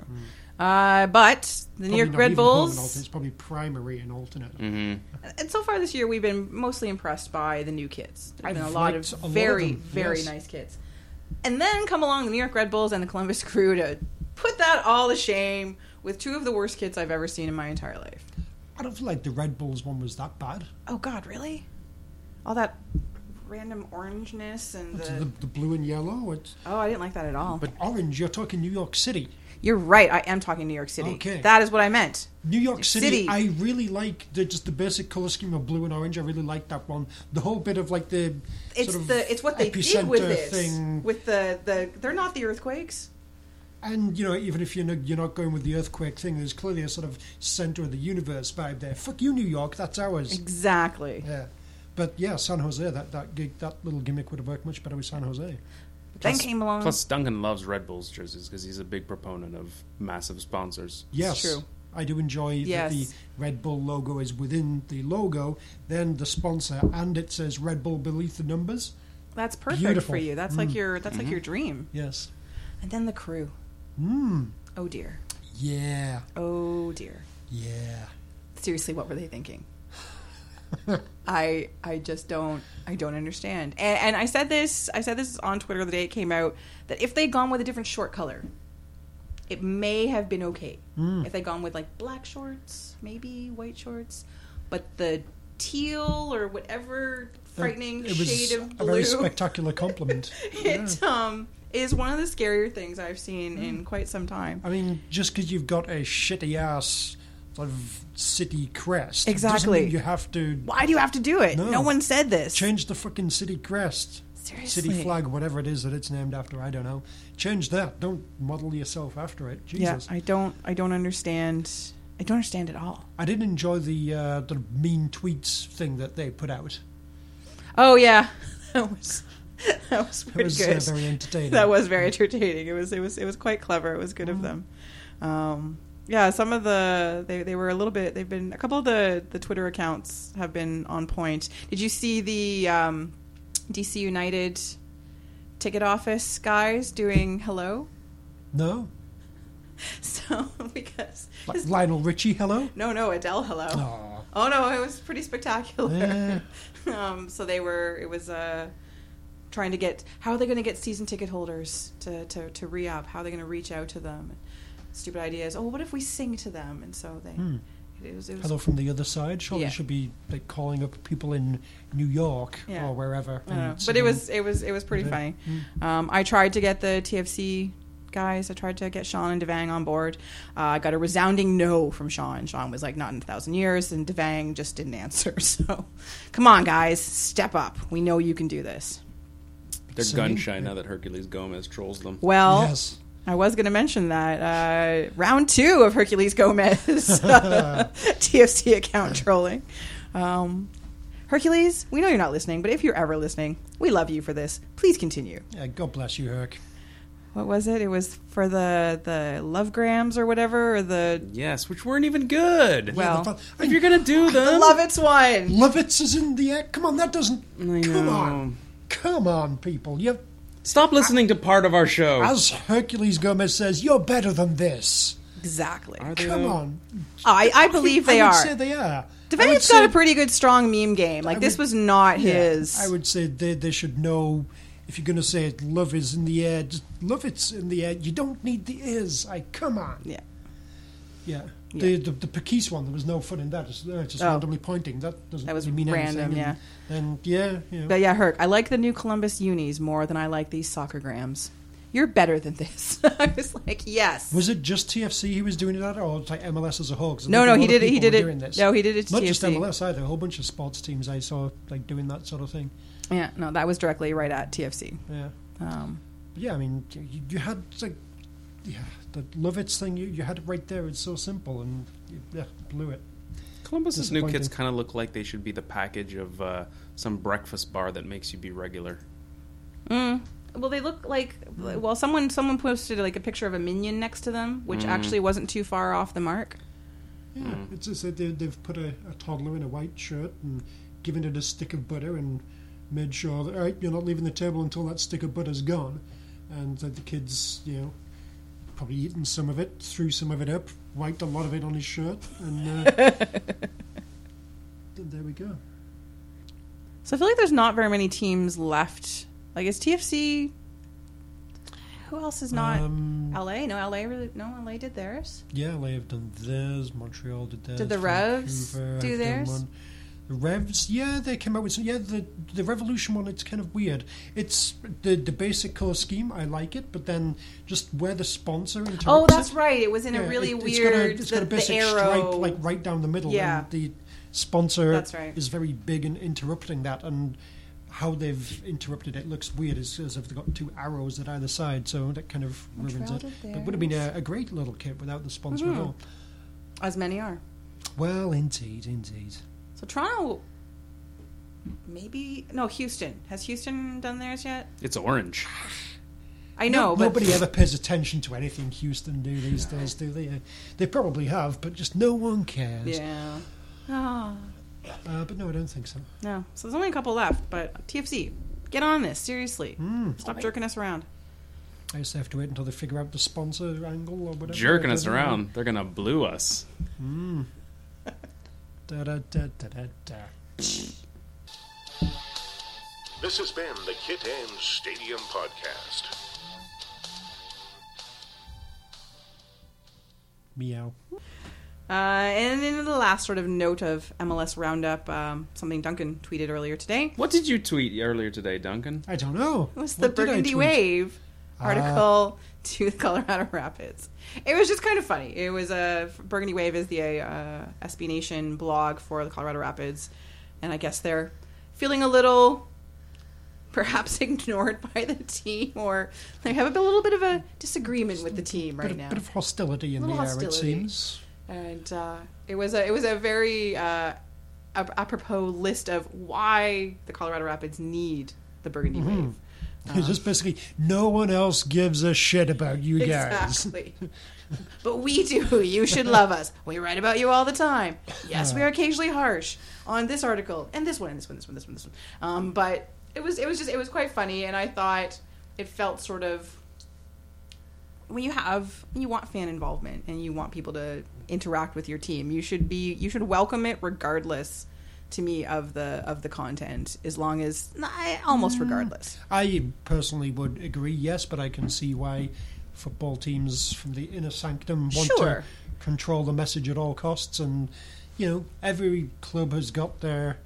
Speaker 2: Uh, but the New
Speaker 3: Probably
Speaker 2: York
Speaker 3: not
Speaker 2: Red
Speaker 3: even home and alternate,
Speaker 2: Bulls, Mm.
Speaker 3: It's probably primary and alternate.
Speaker 2: and so far this year, we've been mostly impressed by the new kids. There's
Speaker 3: I've
Speaker 2: been a lot of
Speaker 3: liked a lot of
Speaker 2: very,
Speaker 3: them,
Speaker 2: very
Speaker 3: yes.
Speaker 2: nice kids. And then come along the New York Red Bulls and the Columbus Crew to put that all to shame with two of the worst kids I've ever seen in my entire life.
Speaker 3: I don't feel like the Red Bulls one was that bad.
Speaker 2: Oh God, really? All that random orangeness and
Speaker 3: It's
Speaker 2: the,
Speaker 3: the, the blue and yellow, it's
Speaker 2: oh, I didn't like that at all.
Speaker 3: but orange. You're talking New York City.
Speaker 2: You're right. I am talking New York City.
Speaker 3: Okay.
Speaker 2: That is what I meant.
Speaker 3: New York City,
Speaker 2: City.
Speaker 3: I really like the just the basic color scheme of blue and orange. I really like that one. The whole bit of like the
Speaker 2: It's
Speaker 3: sort of
Speaker 2: the it's what they did with
Speaker 3: epicenter
Speaker 2: this.
Speaker 3: thing,
Speaker 2: With the the they're not the earthquakes.
Speaker 3: and you know even if you're not, you're not going with the earthquake thing, there's clearly a sort of center of the universe vibe there. Fuck you, New York, that's ours.
Speaker 2: Exactly.
Speaker 3: Yeah, but yeah, San Jose. That that gig, that little gimmick would have worked much better with San Jose.
Speaker 2: then came along.
Speaker 1: Plus, Duncan loves Red Bulls jerseys because he's a big proponent of massive sponsors.
Speaker 3: Yes,
Speaker 2: true.
Speaker 3: I do enjoy
Speaker 2: Yes.
Speaker 3: that the Red Bull logo is within the logo, then the sponsor, and it says Red Bull beneath the numbers.
Speaker 2: that's perfect
Speaker 3: Beautiful. Mm. Mm-hmm.
Speaker 2: for you. That's like your that's like your dream.
Speaker 3: Yes. Hmm.
Speaker 2: And then the crew. Mm. Oh dear.
Speaker 3: Yeah.
Speaker 2: Oh dear.
Speaker 3: Yeah.
Speaker 2: seriously what were they thinking i i just don't i don't understand and, and i said this i said this on twitter the day it came out that if they'd gone with a different short color it may have been okay
Speaker 3: Hmm.
Speaker 2: if they'd gone with like black shorts maybe white shorts but the teal or whatever frightening
Speaker 3: It was
Speaker 2: shade of
Speaker 3: a
Speaker 2: blue
Speaker 3: very spectacular compliment.
Speaker 2: it um is one of the scarier things i've seen
Speaker 3: Hmm.
Speaker 2: in quite some time
Speaker 3: I mean, just because you've got a shitty ass sort of city crest, doesn't
Speaker 2: Exactly.
Speaker 3: mean you have to
Speaker 2: why do you have to do it no,
Speaker 3: No.
Speaker 2: one said this
Speaker 3: change the fucking city crest,
Speaker 2: Seriously.
Speaker 3: city flag, whatever it is that it's named after. I don't know. Change that. Don't model yourself after it. Jesus.
Speaker 2: Yeah, I don't. I don't understand. I don't understand at all.
Speaker 3: I did enjoy the uh, the mean tweets thing that they put out.
Speaker 2: Oh yeah, that was that was pretty
Speaker 3: It was
Speaker 2: good.
Speaker 3: uh, very entertaining.
Speaker 2: that was very entertaining. It was it was it was quite clever. It was good of them. Um, yeah, some of the they, they were a little bit. They've been a couple of the the Twitter accounts have been on point. Did you see the um, DC United ticket office guys doing hello?
Speaker 3: no.
Speaker 2: So because
Speaker 3: Like Lionel Richie, hello.
Speaker 2: no no Adele hello.
Speaker 3: Aw.
Speaker 2: Oh no, it was pretty spectacular.
Speaker 3: Yeah.
Speaker 2: um, so they were. It was uh, trying to get. How are they going to get season ticket holders to to, to re up? How are they going to reach out to them? Stupid ideas. Oh, what if we sing to them? And so they. It was. It was
Speaker 3: Hello from the other side. Surely
Speaker 2: Yeah.
Speaker 3: should be like calling up people in New York
Speaker 2: Yeah.
Speaker 3: or wherever.
Speaker 2: I don't know.
Speaker 3: and
Speaker 2: But it
Speaker 3: singing.
Speaker 2: was it was it was pretty funny. Um, I tried to get the TFC guys. I tried to get Sean and Devang on board. Uh, I got a resounding no from Sean. Sean was like, "Not in a thousand years," and Devang just didn't answer. So, come on, guys, step up. We know you can do this.
Speaker 1: They're
Speaker 3: So-
Speaker 1: gun shy now that Hercules Gomez trolls them.
Speaker 2: Well,
Speaker 3: Yes.
Speaker 2: I was going to mention that uh, round two of Hercules Gomez TFC account trolling. Um, Hercules, we know you're not listening, but if you're ever listening, we love you for this. Please continue.
Speaker 3: Yeah, God bless you, Herc.
Speaker 2: What was it? It was for the the love grams or whatever, or the
Speaker 1: Yes, which weren't even good.
Speaker 2: Well-
Speaker 3: The fu- I
Speaker 1: if
Speaker 3: mean,
Speaker 1: you're gonna do them,
Speaker 2: love it's one.
Speaker 3: Lovitz is in the act. Come on, that doesn't.
Speaker 1: I
Speaker 3: Come
Speaker 1: know.
Speaker 3: on, come on, people. You,
Speaker 1: stop listening to part of our show.
Speaker 3: as Hercules Gomez says, you're better than this.
Speaker 2: Exactly.
Speaker 1: Are they,
Speaker 3: Come
Speaker 1: though?
Speaker 3: on,
Speaker 2: I, I believe they
Speaker 3: I would
Speaker 2: are.
Speaker 3: Say they are. I would
Speaker 2: Devaney's
Speaker 3: say-
Speaker 2: got a pretty good strong meme game. Like
Speaker 3: I
Speaker 2: this
Speaker 3: would-
Speaker 2: was not
Speaker 3: yeah,
Speaker 2: his.
Speaker 3: I would say they they should know. If you're going to say it, love is in the air, just love it's in the air. You don't need the is. I come on.
Speaker 2: Yeah.
Speaker 3: Yeah. The, the the Pakis one, there was no fun in that. It's, uh, just
Speaker 2: Oh.
Speaker 3: randomly pointing. That doesn't
Speaker 2: That was
Speaker 3: really mean
Speaker 2: random,
Speaker 3: anything. And- And yeah, yeah.
Speaker 2: But yeah, Herc, I like the new Columbus unis more than I like these soccer grams. You're better than this. I was like, yes.
Speaker 3: Was it just TFC he was doing it at, or like MLS as a whole? 'Cause I
Speaker 2: no,
Speaker 3: think
Speaker 2: no,
Speaker 3: a
Speaker 2: he
Speaker 3: lot of
Speaker 2: did it. He
Speaker 3: people
Speaker 2: did
Speaker 3: were
Speaker 2: it.
Speaker 3: doing this.
Speaker 2: No, he did it. To
Speaker 3: Not
Speaker 2: TFC.
Speaker 3: just MLS either. A whole bunch of sports teams I saw like doing that sort of thing.
Speaker 2: Yeah, no, that was directly right at TFC.
Speaker 3: Yeah,
Speaker 2: Um,
Speaker 3: but yeah. I mean, you, you had like yeah, the Lovitz thing. You, you had it right there. It's so simple, and you, yeah, blew it.
Speaker 1: Columbus's new kids
Speaker 3: Disappointing.
Speaker 1: kind of look like they should be the package of uh, some breakfast bar that makes you be regular.
Speaker 2: Well, they look like well, someone someone posted like a picture of a minion next to them,
Speaker 1: Mm.
Speaker 2: which actually wasn't too far off the mark.
Speaker 3: Yeah, it's just that they, they've put a, a toddler in a white shirt and given it a stick of butter and made sure that all right, you're not leaving the table until that stick of butter's gone, and that the kids, you know, probably eaten some of it, threw some of it up, wiped a lot of it on his shirt, and, uh, and there we go.
Speaker 2: So I feel like there's not very many teams left. Like is TFC? Who else is not
Speaker 3: Um,
Speaker 2: LA? No, LA really. No, LA did theirs.
Speaker 3: yeah, they have done theirs. Montreal did theirs.
Speaker 2: the Revs
Speaker 3: Vancouver
Speaker 2: do
Speaker 3: have done
Speaker 2: theirs?
Speaker 3: one. The Revs, yeah, they came out with some. Yeah, the the Revolution one. It's kind of weird. It's the the basic core scheme. I like it, but then just where the sponsor interrupts
Speaker 2: Oh, that's
Speaker 3: it,
Speaker 2: right. It was in a
Speaker 3: Yeah,
Speaker 2: really
Speaker 3: it- it's
Speaker 2: weird.
Speaker 3: Got a, it's
Speaker 2: the,
Speaker 3: got a
Speaker 2: the
Speaker 3: basic
Speaker 2: arrow.
Speaker 3: stripe like right down the middle.
Speaker 2: Yeah.
Speaker 3: And the sponsor
Speaker 2: That's right.
Speaker 3: is very big in interrupting that, and how they've interrupted it looks weird. It's as if they've got two arrows at either side, so that kind of ruins
Speaker 2: Montreal
Speaker 3: it.
Speaker 2: did
Speaker 3: But it would have been a, a great little kit without the sponsor
Speaker 2: Mm-hmm.
Speaker 3: at all.
Speaker 2: As many are.
Speaker 3: Well, indeed, indeed.
Speaker 2: So Toronto. Maybe no Houston. Has Houston done theirs yet?
Speaker 1: It's orange.
Speaker 2: I know, but
Speaker 3: Nobody ever pays attention to anything Houston do these days, do they? Uh, They probably have, but just no one cares.
Speaker 2: yeah. Ah,
Speaker 3: Uh, but no, I don't think so.
Speaker 2: no. So there's only a couple left, but TFC, get on this seriously.
Speaker 3: Hmm.
Speaker 2: Stop jerking us around.
Speaker 3: I just have to wait until they figure out the sponsor angle or whatever.
Speaker 1: Jerking
Speaker 3: I
Speaker 1: us
Speaker 3: don't know.
Speaker 1: around. They're gonna blue us.
Speaker 3: Da, da, da, da, da, da.
Speaker 7: This has been the Kit and Stadium Podcast.
Speaker 3: Meow.
Speaker 2: Uh, and then the last sort of note of MLS Roundup, um, something Duncan tweeted earlier today
Speaker 1: What did you tweet earlier today, Duncan?
Speaker 3: I don't know.
Speaker 2: It was the
Speaker 3: What did I
Speaker 2: Burgundy
Speaker 3: tweet?
Speaker 2: Wave
Speaker 3: Ah.
Speaker 2: article to the Colorado Rapids. It was just kind of funny. It was a Burgundy Wave is the uh, SB Nation blog for the Colorado Rapids, and I guess they're feeling a little perhaps ignored by the team, or they have a little bit of a disagreement with the team
Speaker 3: Bit
Speaker 2: right
Speaker 3: of,
Speaker 2: now.
Speaker 3: bit of hostility in the
Speaker 2: Little
Speaker 3: air, it
Speaker 2: hostility.
Speaker 3: seems.
Speaker 2: and uh, it was a it was a very uh, ap- apropos list of why the Colorado Rapids need the Burgundy Wave. Uh-huh.
Speaker 3: It's just basically no one else gives a shit about you guys.
Speaker 2: Exactly. but we do. You should love us. We write about you all the time. Yes, we are occasionally harsh on this article and this one and this one, this one, this one, this one. Um, but it was it was just it was quite funny, and I thought it felt sort of when you have you want fan involvement and you want people to interact with your team you should be you should welcome it regardless to me of the of the content as long as I- almost regardless
Speaker 3: I personally would agree, yes, but I can see why football teams from the inner sanctum want
Speaker 2: Sure.
Speaker 3: to control the message at all costs. And, you know, every club has got their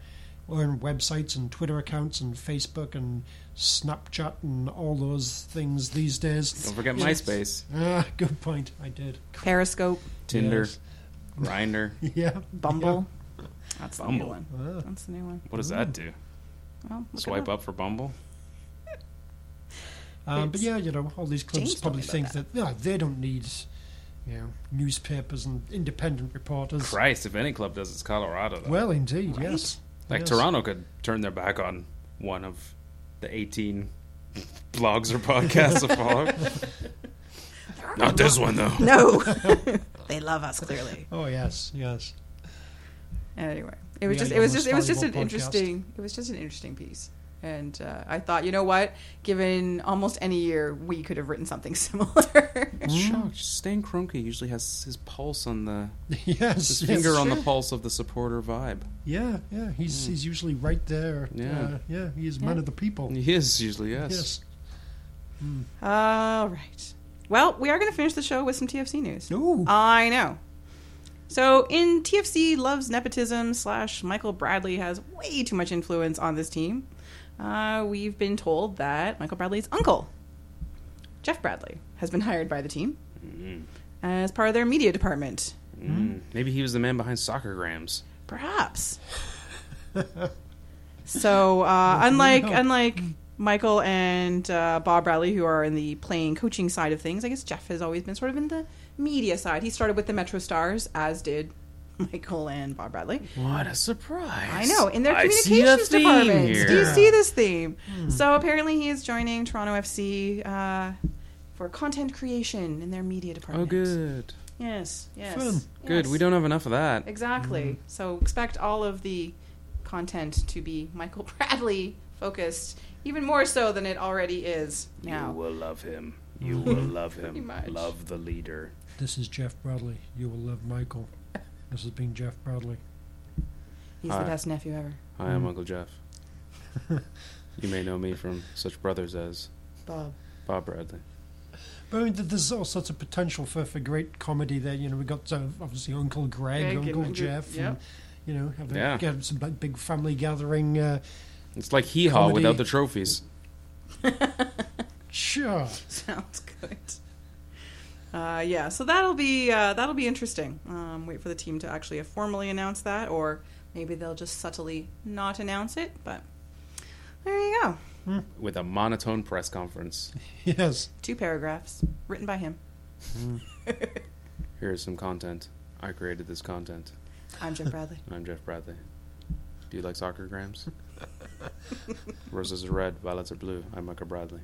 Speaker 3: own websites and Twitter accounts and Facebook and Snapchat and all those things these days.
Speaker 1: Don't forget
Speaker 3: Yes.
Speaker 1: MySpace,
Speaker 3: Ah, good point. I did.
Speaker 2: periscope
Speaker 1: Tinder,
Speaker 3: Yes.
Speaker 1: Grinder.
Speaker 3: Yeah.
Speaker 2: Bumble. That's the
Speaker 1: Bumble.
Speaker 2: new one. That's the new one.
Speaker 1: What does that do?
Speaker 2: Well, look it
Speaker 1: Swipe
Speaker 2: up.
Speaker 1: up for Bumble.
Speaker 3: Um, but
Speaker 2: It's-
Speaker 3: yeah, you know, all these clubs
Speaker 2: James told
Speaker 3: probably
Speaker 2: me about
Speaker 3: think that, yeah, they don't need, you know, newspapers and independent reporters.
Speaker 1: Christ, if any club does, it's Colorado. Though.
Speaker 3: Well, indeed, yes.
Speaker 1: like
Speaker 3: Yes.
Speaker 1: Toronto could turn their back on one of the eighteen blogs or podcasts of follow. Not this one though.
Speaker 2: No, they love us clearly.
Speaker 3: Oh yes, yes.
Speaker 2: Anyway, it was
Speaker 3: We are
Speaker 2: just
Speaker 3: your
Speaker 2: it was
Speaker 3: most
Speaker 2: just it was just an
Speaker 3: valuable podcast.
Speaker 2: interesting it was just an interesting piece, and uh, I thought you know what, given almost any year, we could have written something similar.
Speaker 1: Shocked. Stan Kroenke usually has his pulse on the
Speaker 3: yes.
Speaker 1: his
Speaker 3: yes.
Speaker 1: finger on the pulse of the supporter vibe.
Speaker 3: Yeah, yeah. He's he's usually right there.
Speaker 1: Yeah.
Speaker 3: uh, Hmm. yeah. He is man of the people.
Speaker 1: He is usually yes.
Speaker 3: Yes.
Speaker 2: All right. Well, we are going to finish the show with some TFC news.
Speaker 3: Ooh.
Speaker 2: I know. So in TFC loves nepotism slash Michael Bradley has way too much influence on this team. Uh, we've been told that Michael Bradley's uncle, Jeff Bradley, has been hired by the team as part of their media department.
Speaker 3: Hmm.
Speaker 1: Mm. Maybe he was the man behind Soccer Grams.
Speaker 2: Perhaps. so uh, unlike unlike
Speaker 1: hmm.
Speaker 2: Michael and uh, Bob Bradley, who are in the playing coaching side of things, I guess Jeff has always been sort of in the media side. He started with the Metro Stars, as did Michael and Bob Bradley.
Speaker 1: What a surprise!
Speaker 2: I know in their
Speaker 1: I see a
Speaker 2: communications
Speaker 1: theme
Speaker 2: department. Do you
Speaker 1: here.
Speaker 2: see this theme?
Speaker 1: Hmm.
Speaker 2: So apparently, he is joining Toronto FC uh, for content creation in their media
Speaker 1: Oh,
Speaker 2: department.
Speaker 1: good,
Speaker 2: Yes. Yes.
Speaker 3: Fun.
Speaker 1: good.
Speaker 2: yes.
Speaker 1: We don't have enough of that.
Speaker 2: Exactly.
Speaker 1: Mm-hmm.
Speaker 2: So expect all of the content to be Michael Bradley focused, even more so than it already is now.
Speaker 1: will love him. You will love him.
Speaker 2: much.
Speaker 1: Love the leader.
Speaker 3: This is Jeff Bradley. You will love Michael. This has been Jeff Bradley.
Speaker 2: He's
Speaker 1: Hi.
Speaker 2: the best nephew ever.
Speaker 1: Hi,
Speaker 3: Mm-hmm.
Speaker 1: I'm Uncle Jeff. you may know me from such brothers as
Speaker 2: Bob.
Speaker 1: Bob Bradley.
Speaker 3: But I mean, th- there's all sorts of potential for, for great comedy there. You know, we got uh, obviously Uncle Greg,
Speaker 2: Greg and
Speaker 3: Uncle
Speaker 2: Uncle-
Speaker 3: Jeff, and
Speaker 2: yep.
Speaker 3: you know, have a,
Speaker 1: Yeah.
Speaker 3: get some big- big family gathering. Uh,
Speaker 1: It's like hee haw
Speaker 3: Comedy.
Speaker 1: without the trophies.
Speaker 3: sure.
Speaker 2: Sounds good. Uh, yeah, so that'll be uh, that'll be interesting. Um, wait for the team to actually formally announce that, or maybe they'll just subtly not announce it. But there you go.
Speaker 1: With a monotone press conference.
Speaker 3: Yes.
Speaker 2: Two paragraphs written by him.
Speaker 1: Here is some content. I created this content.
Speaker 2: I'm Jim Bradley.
Speaker 1: I'm Jeff Bradley. Do you like soccer grams? Roses are red, violets are blue. I'm Michael Bradley.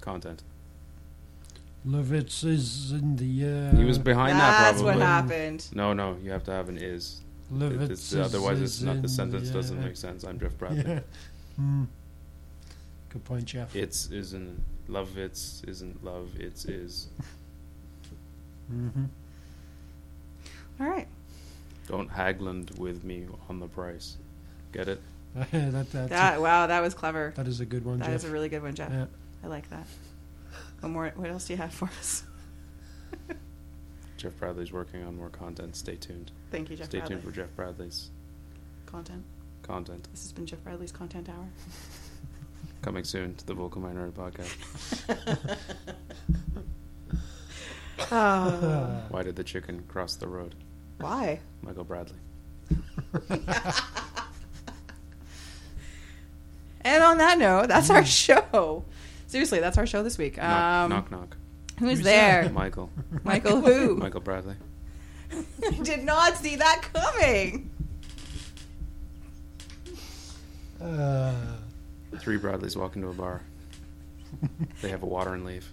Speaker 1: Content.
Speaker 3: Lovitz is in the. Uh,
Speaker 1: He was behind that
Speaker 2: That's
Speaker 1: probably.
Speaker 2: what happened.
Speaker 1: No, no, you have to have an is. It-
Speaker 3: Lovitz
Speaker 1: it's- otherwise,
Speaker 3: is
Speaker 1: it's not the
Speaker 3: in
Speaker 1: sentence
Speaker 3: uh,
Speaker 1: doesn't make sense. I'm Jeff Bradley.
Speaker 3: Yeah. Hmm. Good point, Jeff.
Speaker 1: It's isn't love. It's isn't love. It's is.
Speaker 3: hmm
Speaker 2: All right.
Speaker 1: Don't hagland with me on the price. Get it?
Speaker 3: that, that, that's
Speaker 2: That wow, that was clever.
Speaker 3: that is a good one,
Speaker 2: That
Speaker 3: Jeff.
Speaker 2: is a really good one, Jeff.
Speaker 3: Yeah.
Speaker 2: I like that. What more? What else do you have for us?
Speaker 1: Jeff Bradley's working on more content. Stay tuned.
Speaker 2: Thank you, Jeff
Speaker 1: Stay
Speaker 2: Bradley.
Speaker 1: tuned for Jeff Bradley's
Speaker 2: Content.
Speaker 1: content
Speaker 2: This has been Jeff Bradley's Content Hour.
Speaker 1: coming soon to the Vocal Minority Podcast.
Speaker 2: Oh,
Speaker 1: Why did the chicken cross the road?
Speaker 2: why?
Speaker 1: Michael Bradley.
Speaker 2: And on that note, that's our
Speaker 3: Mm.
Speaker 2: show. Seriously, that's our show this week.
Speaker 1: Knock,
Speaker 2: Um,
Speaker 1: knock, knock.
Speaker 2: Who's there?
Speaker 1: Michael.
Speaker 2: Michael who?
Speaker 1: Michael Bradley.
Speaker 2: Did not see that coming.
Speaker 3: Uh,
Speaker 1: Three Bradleys walk into a bar. They have a water and leave.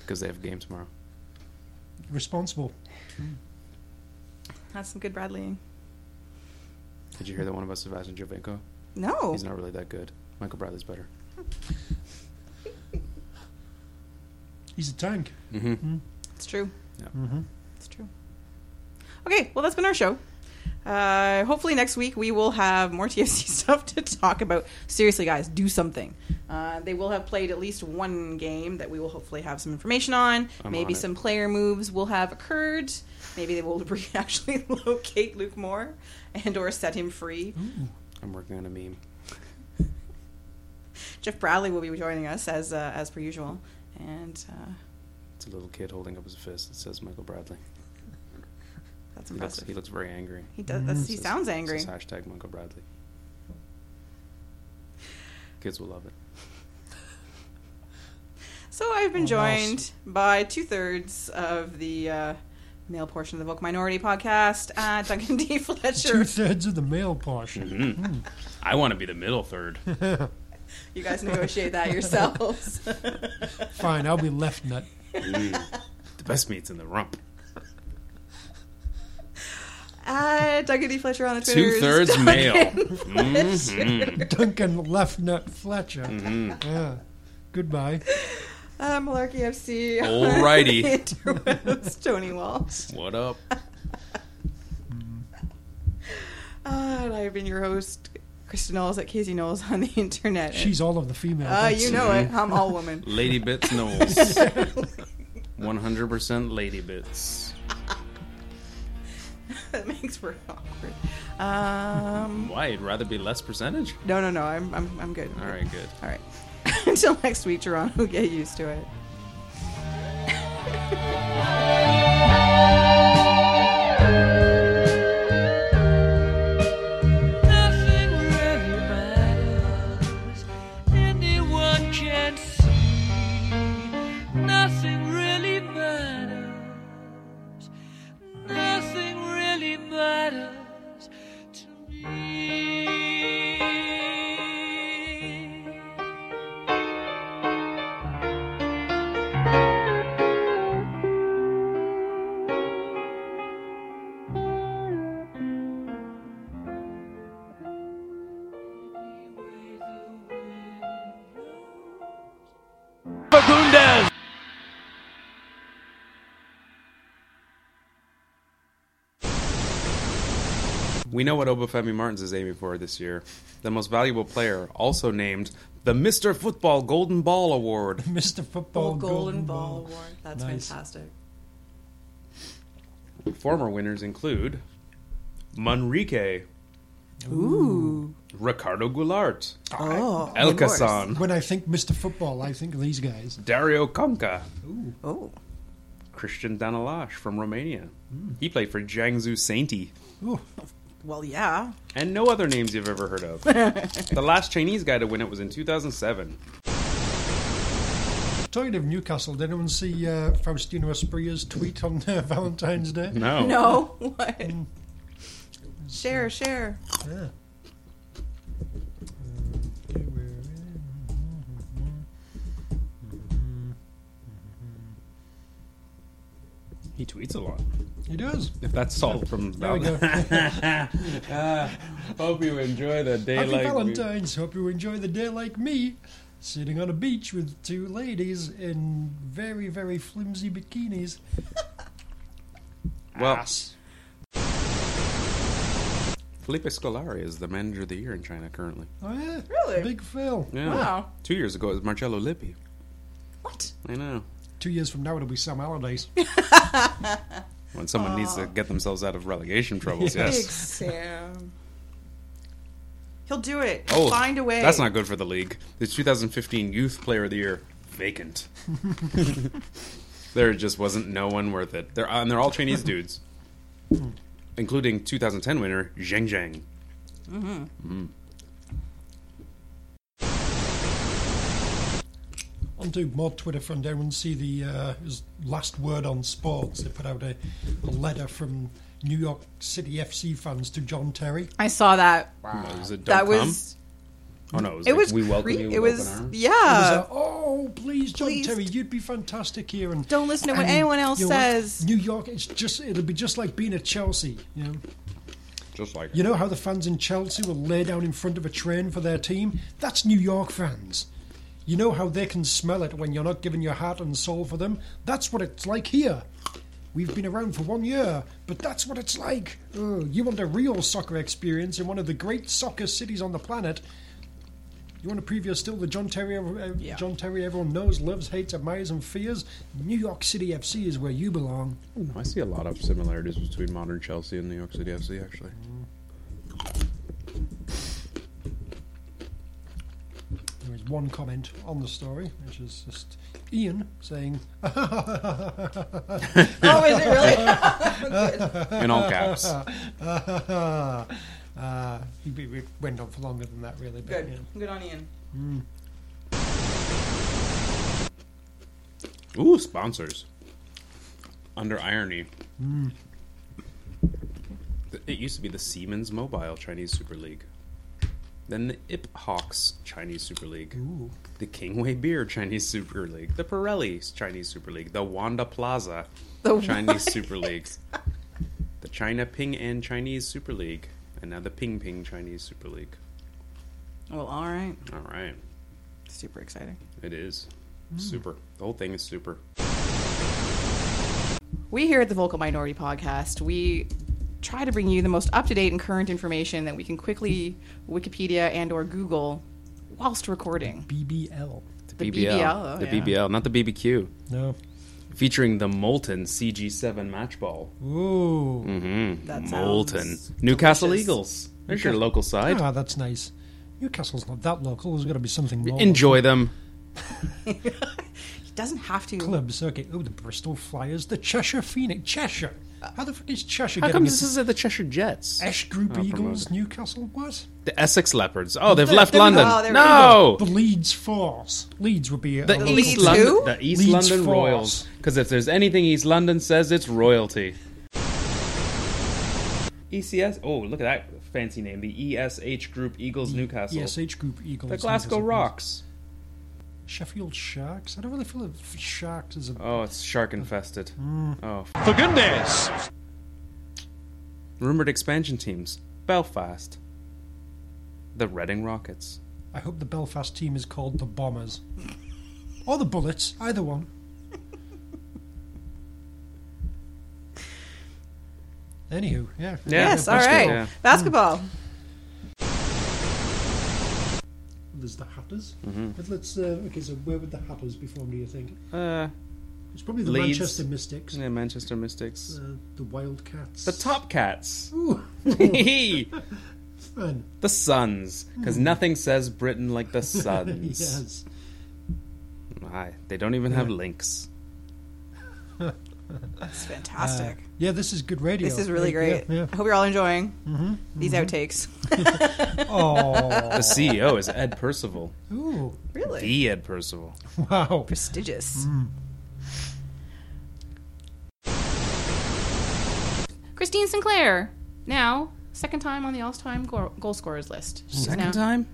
Speaker 1: Because they have a game tomorrow.
Speaker 3: responsible.
Speaker 2: That's some good Bradley.
Speaker 1: Did you hear that one about Sebastian Jovenko?
Speaker 2: No.
Speaker 1: He's not really that good. Michael Bradley's better.
Speaker 3: He's a tank.
Speaker 1: Mm-hmm.
Speaker 2: It's true.
Speaker 1: Yeah.
Speaker 2: It's true. Okay, well, that's been our show. Uh, hopefully, next week we will have more TFC stuff to talk about. Seriously, guys, do something. Uh, they will have played at least one game that we will hopefully have some information on.
Speaker 1: I'm
Speaker 2: Maybe
Speaker 1: on it.
Speaker 2: some player moves will have occurred. Maybe they will re- actually locate Luke Moore and or set him free.
Speaker 1: Mm-hmm. I'm working on a meme.
Speaker 2: Jeff Bradley will be joining us as uh, as per usual, and uh,
Speaker 1: It's a little kid holding up his fist that says Michael Bradley.
Speaker 2: that's
Speaker 1: He looks,
Speaker 2: impressive.
Speaker 1: he looks very angry.
Speaker 2: He does. That's, he
Speaker 1: Says-
Speaker 2: sounds angry.
Speaker 1: says hashtag Michael Bradley. Kids will love it.
Speaker 2: So I've been
Speaker 3: Oh, mouse.
Speaker 2: joined by two thirds of the uh, male portion of the Vocal Minority podcast, uh, Duncan D.
Speaker 3: Two
Speaker 2: Fletcher.
Speaker 3: thirds of the male portion.
Speaker 1: Mm-hmm. I want to be the middle third.
Speaker 2: You guys negotiate that yourselves.
Speaker 3: Fine, I'll be left nut.
Speaker 1: The best meat's in the rump.
Speaker 2: uh, Duncan D. Fletcher on the Twitter.
Speaker 1: Two thirds male.
Speaker 3: Duncan left nut Fletcher.
Speaker 1: Mm-hmm.
Speaker 3: Yeah. Goodbye.
Speaker 2: Uh, Malarkey FC. on
Speaker 1: Alrighty.
Speaker 2: the interwebs, Tony Walsh.
Speaker 1: What up?
Speaker 2: Uh, and I've been your host, Kristen Knowles at Casey Knowles on the internet.
Speaker 3: She's all of the female.
Speaker 8: Ah,
Speaker 2: uh,
Speaker 3: bits.
Speaker 2: you know it. I'm all woman.
Speaker 1: Lady Bits Knowles. 100% Lady Bits.
Speaker 2: that makes for awkward. Um,
Speaker 1: Why? I'd rather be less percentage.
Speaker 2: no, no, no. I'm, I'm, I'm good. I'm
Speaker 1: All
Speaker 2: good.
Speaker 1: right, good.
Speaker 2: All right. Until next week, Toronto, get used to it.
Speaker 9: Nothing really matters. Anyone can see. Nothing really matters. Nothing really matters to me.
Speaker 1: We know what Obafemi Martins is aiming for this year. The most valuable player, also named the Mr. Football Golden Ball Award.
Speaker 3: Mr. Football
Speaker 8: golden, ball, award. That's
Speaker 3: Nice.
Speaker 8: fantastic.
Speaker 1: Former winners include Manrique,
Speaker 8: Ooh.
Speaker 1: Ricardo Goulart,
Speaker 8: Oh. of
Speaker 1: El
Speaker 8: course.
Speaker 1: Elkasan,
Speaker 3: When I think Mr. Football, I think of these guys.
Speaker 1: Dario Conca,
Speaker 8: Oh.
Speaker 1: Christian Danilaj from Romania.
Speaker 8: Hmm.
Speaker 1: He played for Jiangsu Sainty.
Speaker 8: Well, yeah.
Speaker 1: And no other names you've ever heard of. the last Chinese guy to win it was in 2007.
Speaker 3: Talking of Newcastle, did anyone see uh, Faustino Espria's tweet on uh, Valentine's Day?
Speaker 1: No.
Speaker 8: No. What? Share, share.
Speaker 3: Yeah. Uh,
Speaker 1: He tweets a lot.
Speaker 3: He does.
Speaker 1: If that's salt from
Speaker 3: There we go.
Speaker 1: Valentine. Hope you enjoy the day
Speaker 3: Happy
Speaker 1: like we-
Speaker 3: Valentine's. Hope you enjoy the day like me, sitting on a beach with two ladies in very, very flimsy bikinis.
Speaker 1: Well, Felipe Scolari is the manager of the year in China currently.
Speaker 3: Oh yeah,
Speaker 8: Really?
Speaker 3: Big Phil.
Speaker 1: Yeah.
Speaker 8: Wow.
Speaker 1: Two years ago, it was Marcello Lippi.
Speaker 8: What?
Speaker 1: I know.
Speaker 3: Two years from now, it'll be Sam Allardyce.
Speaker 1: When someone needs to get themselves out of relegation troubles, yes.
Speaker 8: Big Sam. He'll do it.
Speaker 1: Oh,
Speaker 8: Find a way.
Speaker 1: That's not good for the league. The 2015 Youth Player of the Year vacant. there just wasn't no one worth it. They're and they're all Chinese dudes, including 2010 winner Zheng Zhang.
Speaker 3: Onto more Twitter friend. Everyone see the uh, his last word on sports. They put out a, a letter from New York City FC fans to John Terry.
Speaker 2: I saw that.
Speaker 1: No, was it
Speaker 2: That
Speaker 1: Dot com?
Speaker 2: was.
Speaker 1: Oh no, it was,
Speaker 2: It
Speaker 1: like,
Speaker 2: was.
Speaker 1: we welcome
Speaker 2: cre-
Speaker 1: you.
Speaker 2: It
Speaker 1: with
Speaker 2: was.
Speaker 1: open arms.
Speaker 3: It was
Speaker 2: Yeah.
Speaker 3: like, oh, please, John
Speaker 2: Uh, please.
Speaker 3: Terry, you'd be fantastic here. And
Speaker 2: Don't listen to what
Speaker 3: and
Speaker 2: anyone else
Speaker 3: you know what?
Speaker 2: says.
Speaker 3: New York, it's just it'll be just like being at Chelsea. You know,
Speaker 1: just like
Speaker 3: you know how the fans in Chelsea will lay down in front of a train for their team. That's New York fans. You know how they can smell it when you're not giving your heart and soul for them. That's what it's like here. We've been around for one year, but that's what it's like. Oh, you want a real soccer experience in one of the great soccer cities on the planet? You want to preview still the John Terry, uh,
Speaker 8: Yeah.
Speaker 3: John Terry everyone knows, loves, hates, admires, and fears? New York City FC is where you belong.
Speaker 1: Hmm, I see a lot of similarities between modern Chelsea and New York City FC. Actually,
Speaker 3: There is one comment on the story, which is just Ian saying, "Good."
Speaker 8: oh, is it really?
Speaker 1: in all caps.
Speaker 3: uh, he we- we went on for longer than that, really. But,
Speaker 8: Good.
Speaker 3: yeah.
Speaker 8: Good on Ian.
Speaker 1: Ooh, sponsors. Under irony. Th- It used to be the Siemens Mobile Chinese Super League. Then the Ip Hawks Chinese Super League. The Kingway Beer Chinese Super League. The Pirelli Chinese Super League. The Wanda Plaza
Speaker 2: The
Speaker 1: Chinese
Speaker 2: what?
Speaker 1: Super League. The China Ping An Chinese Super League. And now the Ping Ping Chinese Super League.
Speaker 2: Well, all right.
Speaker 1: All right.
Speaker 2: Super exciting.
Speaker 1: It is.
Speaker 8: Mm.
Speaker 1: Super. The whole thing is super.
Speaker 2: We here at the Vocal Minority Podcast, we try to bring you the most up-to-date and current information that we can quickly Wikipedia and or Google whilst recording.
Speaker 3: BBL.
Speaker 2: The BBL. BBL, oh,
Speaker 1: the
Speaker 2: yeah.
Speaker 1: BBL, not the BBQ.
Speaker 3: No.
Speaker 1: featuring the Molten CG7 match ball.
Speaker 3: Ooh.
Speaker 1: Mm-hmm.
Speaker 8: That
Speaker 1: Molten.
Speaker 8: sounds
Speaker 1: Newcastle
Speaker 8: delicious. Oh,
Speaker 1: Eagles. There's your local side.
Speaker 3: Ah, that's nice. Newcastle's not that local. There's got to be something more.
Speaker 1: Enjoy them.
Speaker 8: He doesn't have to.
Speaker 3: clubs. Okay. Oh, the Bristol Flyers, the Cheshire Phoenix, Cheshire. How the fuck is Cheshire
Speaker 1: How
Speaker 3: getting
Speaker 1: come
Speaker 3: it?
Speaker 1: this is at the Cheshire Jets?
Speaker 3: Ash Group
Speaker 1: Oh,
Speaker 3: Eagles,
Speaker 1: promoted.
Speaker 3: Newcastle. What?
Speaker 1: The Essex Leopards. Oh, they've
Speaker 8: There-
Speaker 1: left
Speaker 8: there we go.
Speaker 1: London.
Speaker 8: Oh, there we
Speaker 1: no!
Speaker 3: The Leeds Force. Leeds would be a
Speaker 1: The
Speaker 3: local
Speaker 1: East
Speaker 8: Leeds
Speaker 3: team.
Speaker 8: who?
Speaker 1: London, the East
Speaker 3: Leeds
Speaker 1: London
Speaker 3: Force.
Speaker 1: Royals. Because if there's anything East London says, it's royalty. ECS. Oh, look at that fancy name. The ESH Group
Speaker 8: E
Speaker 1: Eagles Newcastle.
Speaker 3: ESH Group Eagles.
Speaker 1: the Glasgow
Speaker 3: Newcastle.
Speaker 1: Rocks.
Speaker 3: Sheffield Sharks. I don't really feel that f- Sharks is a.
Speaker 1: Oh, it's shark infested.
Speaker 3: Mm.
Speaker 1: Oh,
Speaker 4: For goodness!
Speaker 1: Rumored expansion teams Belfast, the Reading Rockets,
Speaker 3: I hope the Belfast team is called the Bombers. or the Bullets. Either one. Anywho, yeah. Mm.
Speaker 2: yes, all right.
Speaker 1: Yeah.
Speaker 2: Basketball.
Speaker 3: There's the Hatters.
Speaker 1: Mm-hmm.
Speaker 3: But let's. Uh, okay, so where would the Hatters be from? Do you think?
Speaker 1: Uh,
Speaker 3: It's probably the
Speaker 1: Leeds.
Speaker 3: Manchester Mystics,
Speaker 1: yeah, Manchester Mystics.
Speaker 3: uh, the Wildcats.
Speaker 1: The Top Cats.
Speaker 3: Ooh,
Speaker 1: the
Speaker 3: fun.
Speaker 1: Suns. Because nothing says Britain like the Suns.
Speaker 3: yes.
Speaker 1: Aye, they don't even have links.
Speaker 2: It's fantastic.
Speaker 3: Yeah, this is good radio.
Speaker 2: this is really
Speaker 3: Uh, Yeah,
Speaker 2: great.
Speaker 3: Yeah. Mm-hmm,
Speaker 2: I hope you're all enjoying these outtakes.
Speaker 3: Oh.
Speaker 1: The CEO is Ed Percival.
Speaker 3: Ooh.
Speaker 2: Really?
Speaker 1: The Ed Percival.
Speaker 3: Wow.
Speaker 2: Prestigious. Christine Sinclair, now second time on the all time goal, goal scorers list. She's now
Speaker 1: time?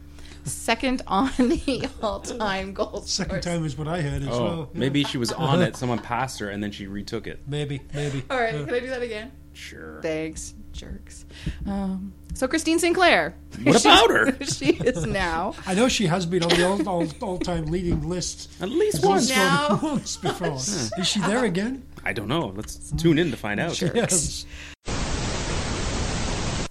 Speaker 2: Second on the all time goal
Speaker 3: Second
Speaker 2: scorers.
Speaker 3: time is what I heard as
Speaker 1: Oh,
Speaker 3: well. Yeah.
Speaker 1: maybe she was on it. Someone passed her, and then she retook it.
Speaker 3: Maybe. Maybe.
Speaker 2: All right, can I do that again?
Speaker 1: Sure.
Speaker 2: Thanks, jerks. Um, so Christine Sinclair.
Speaker 1: What about her?
Speaker 2: she is now
Speaker 3: I know she has been on the all, all, all-time leading list
Speaker 1: At least
Speaker 3: once,
Speaker 1: once.
Speaker 3: or
Speaker 2: Now.
Speaker 3: once before. Is she there again?
Speaker 1: I don't know. Let's tune in to find out.
Speaker 3: Yes.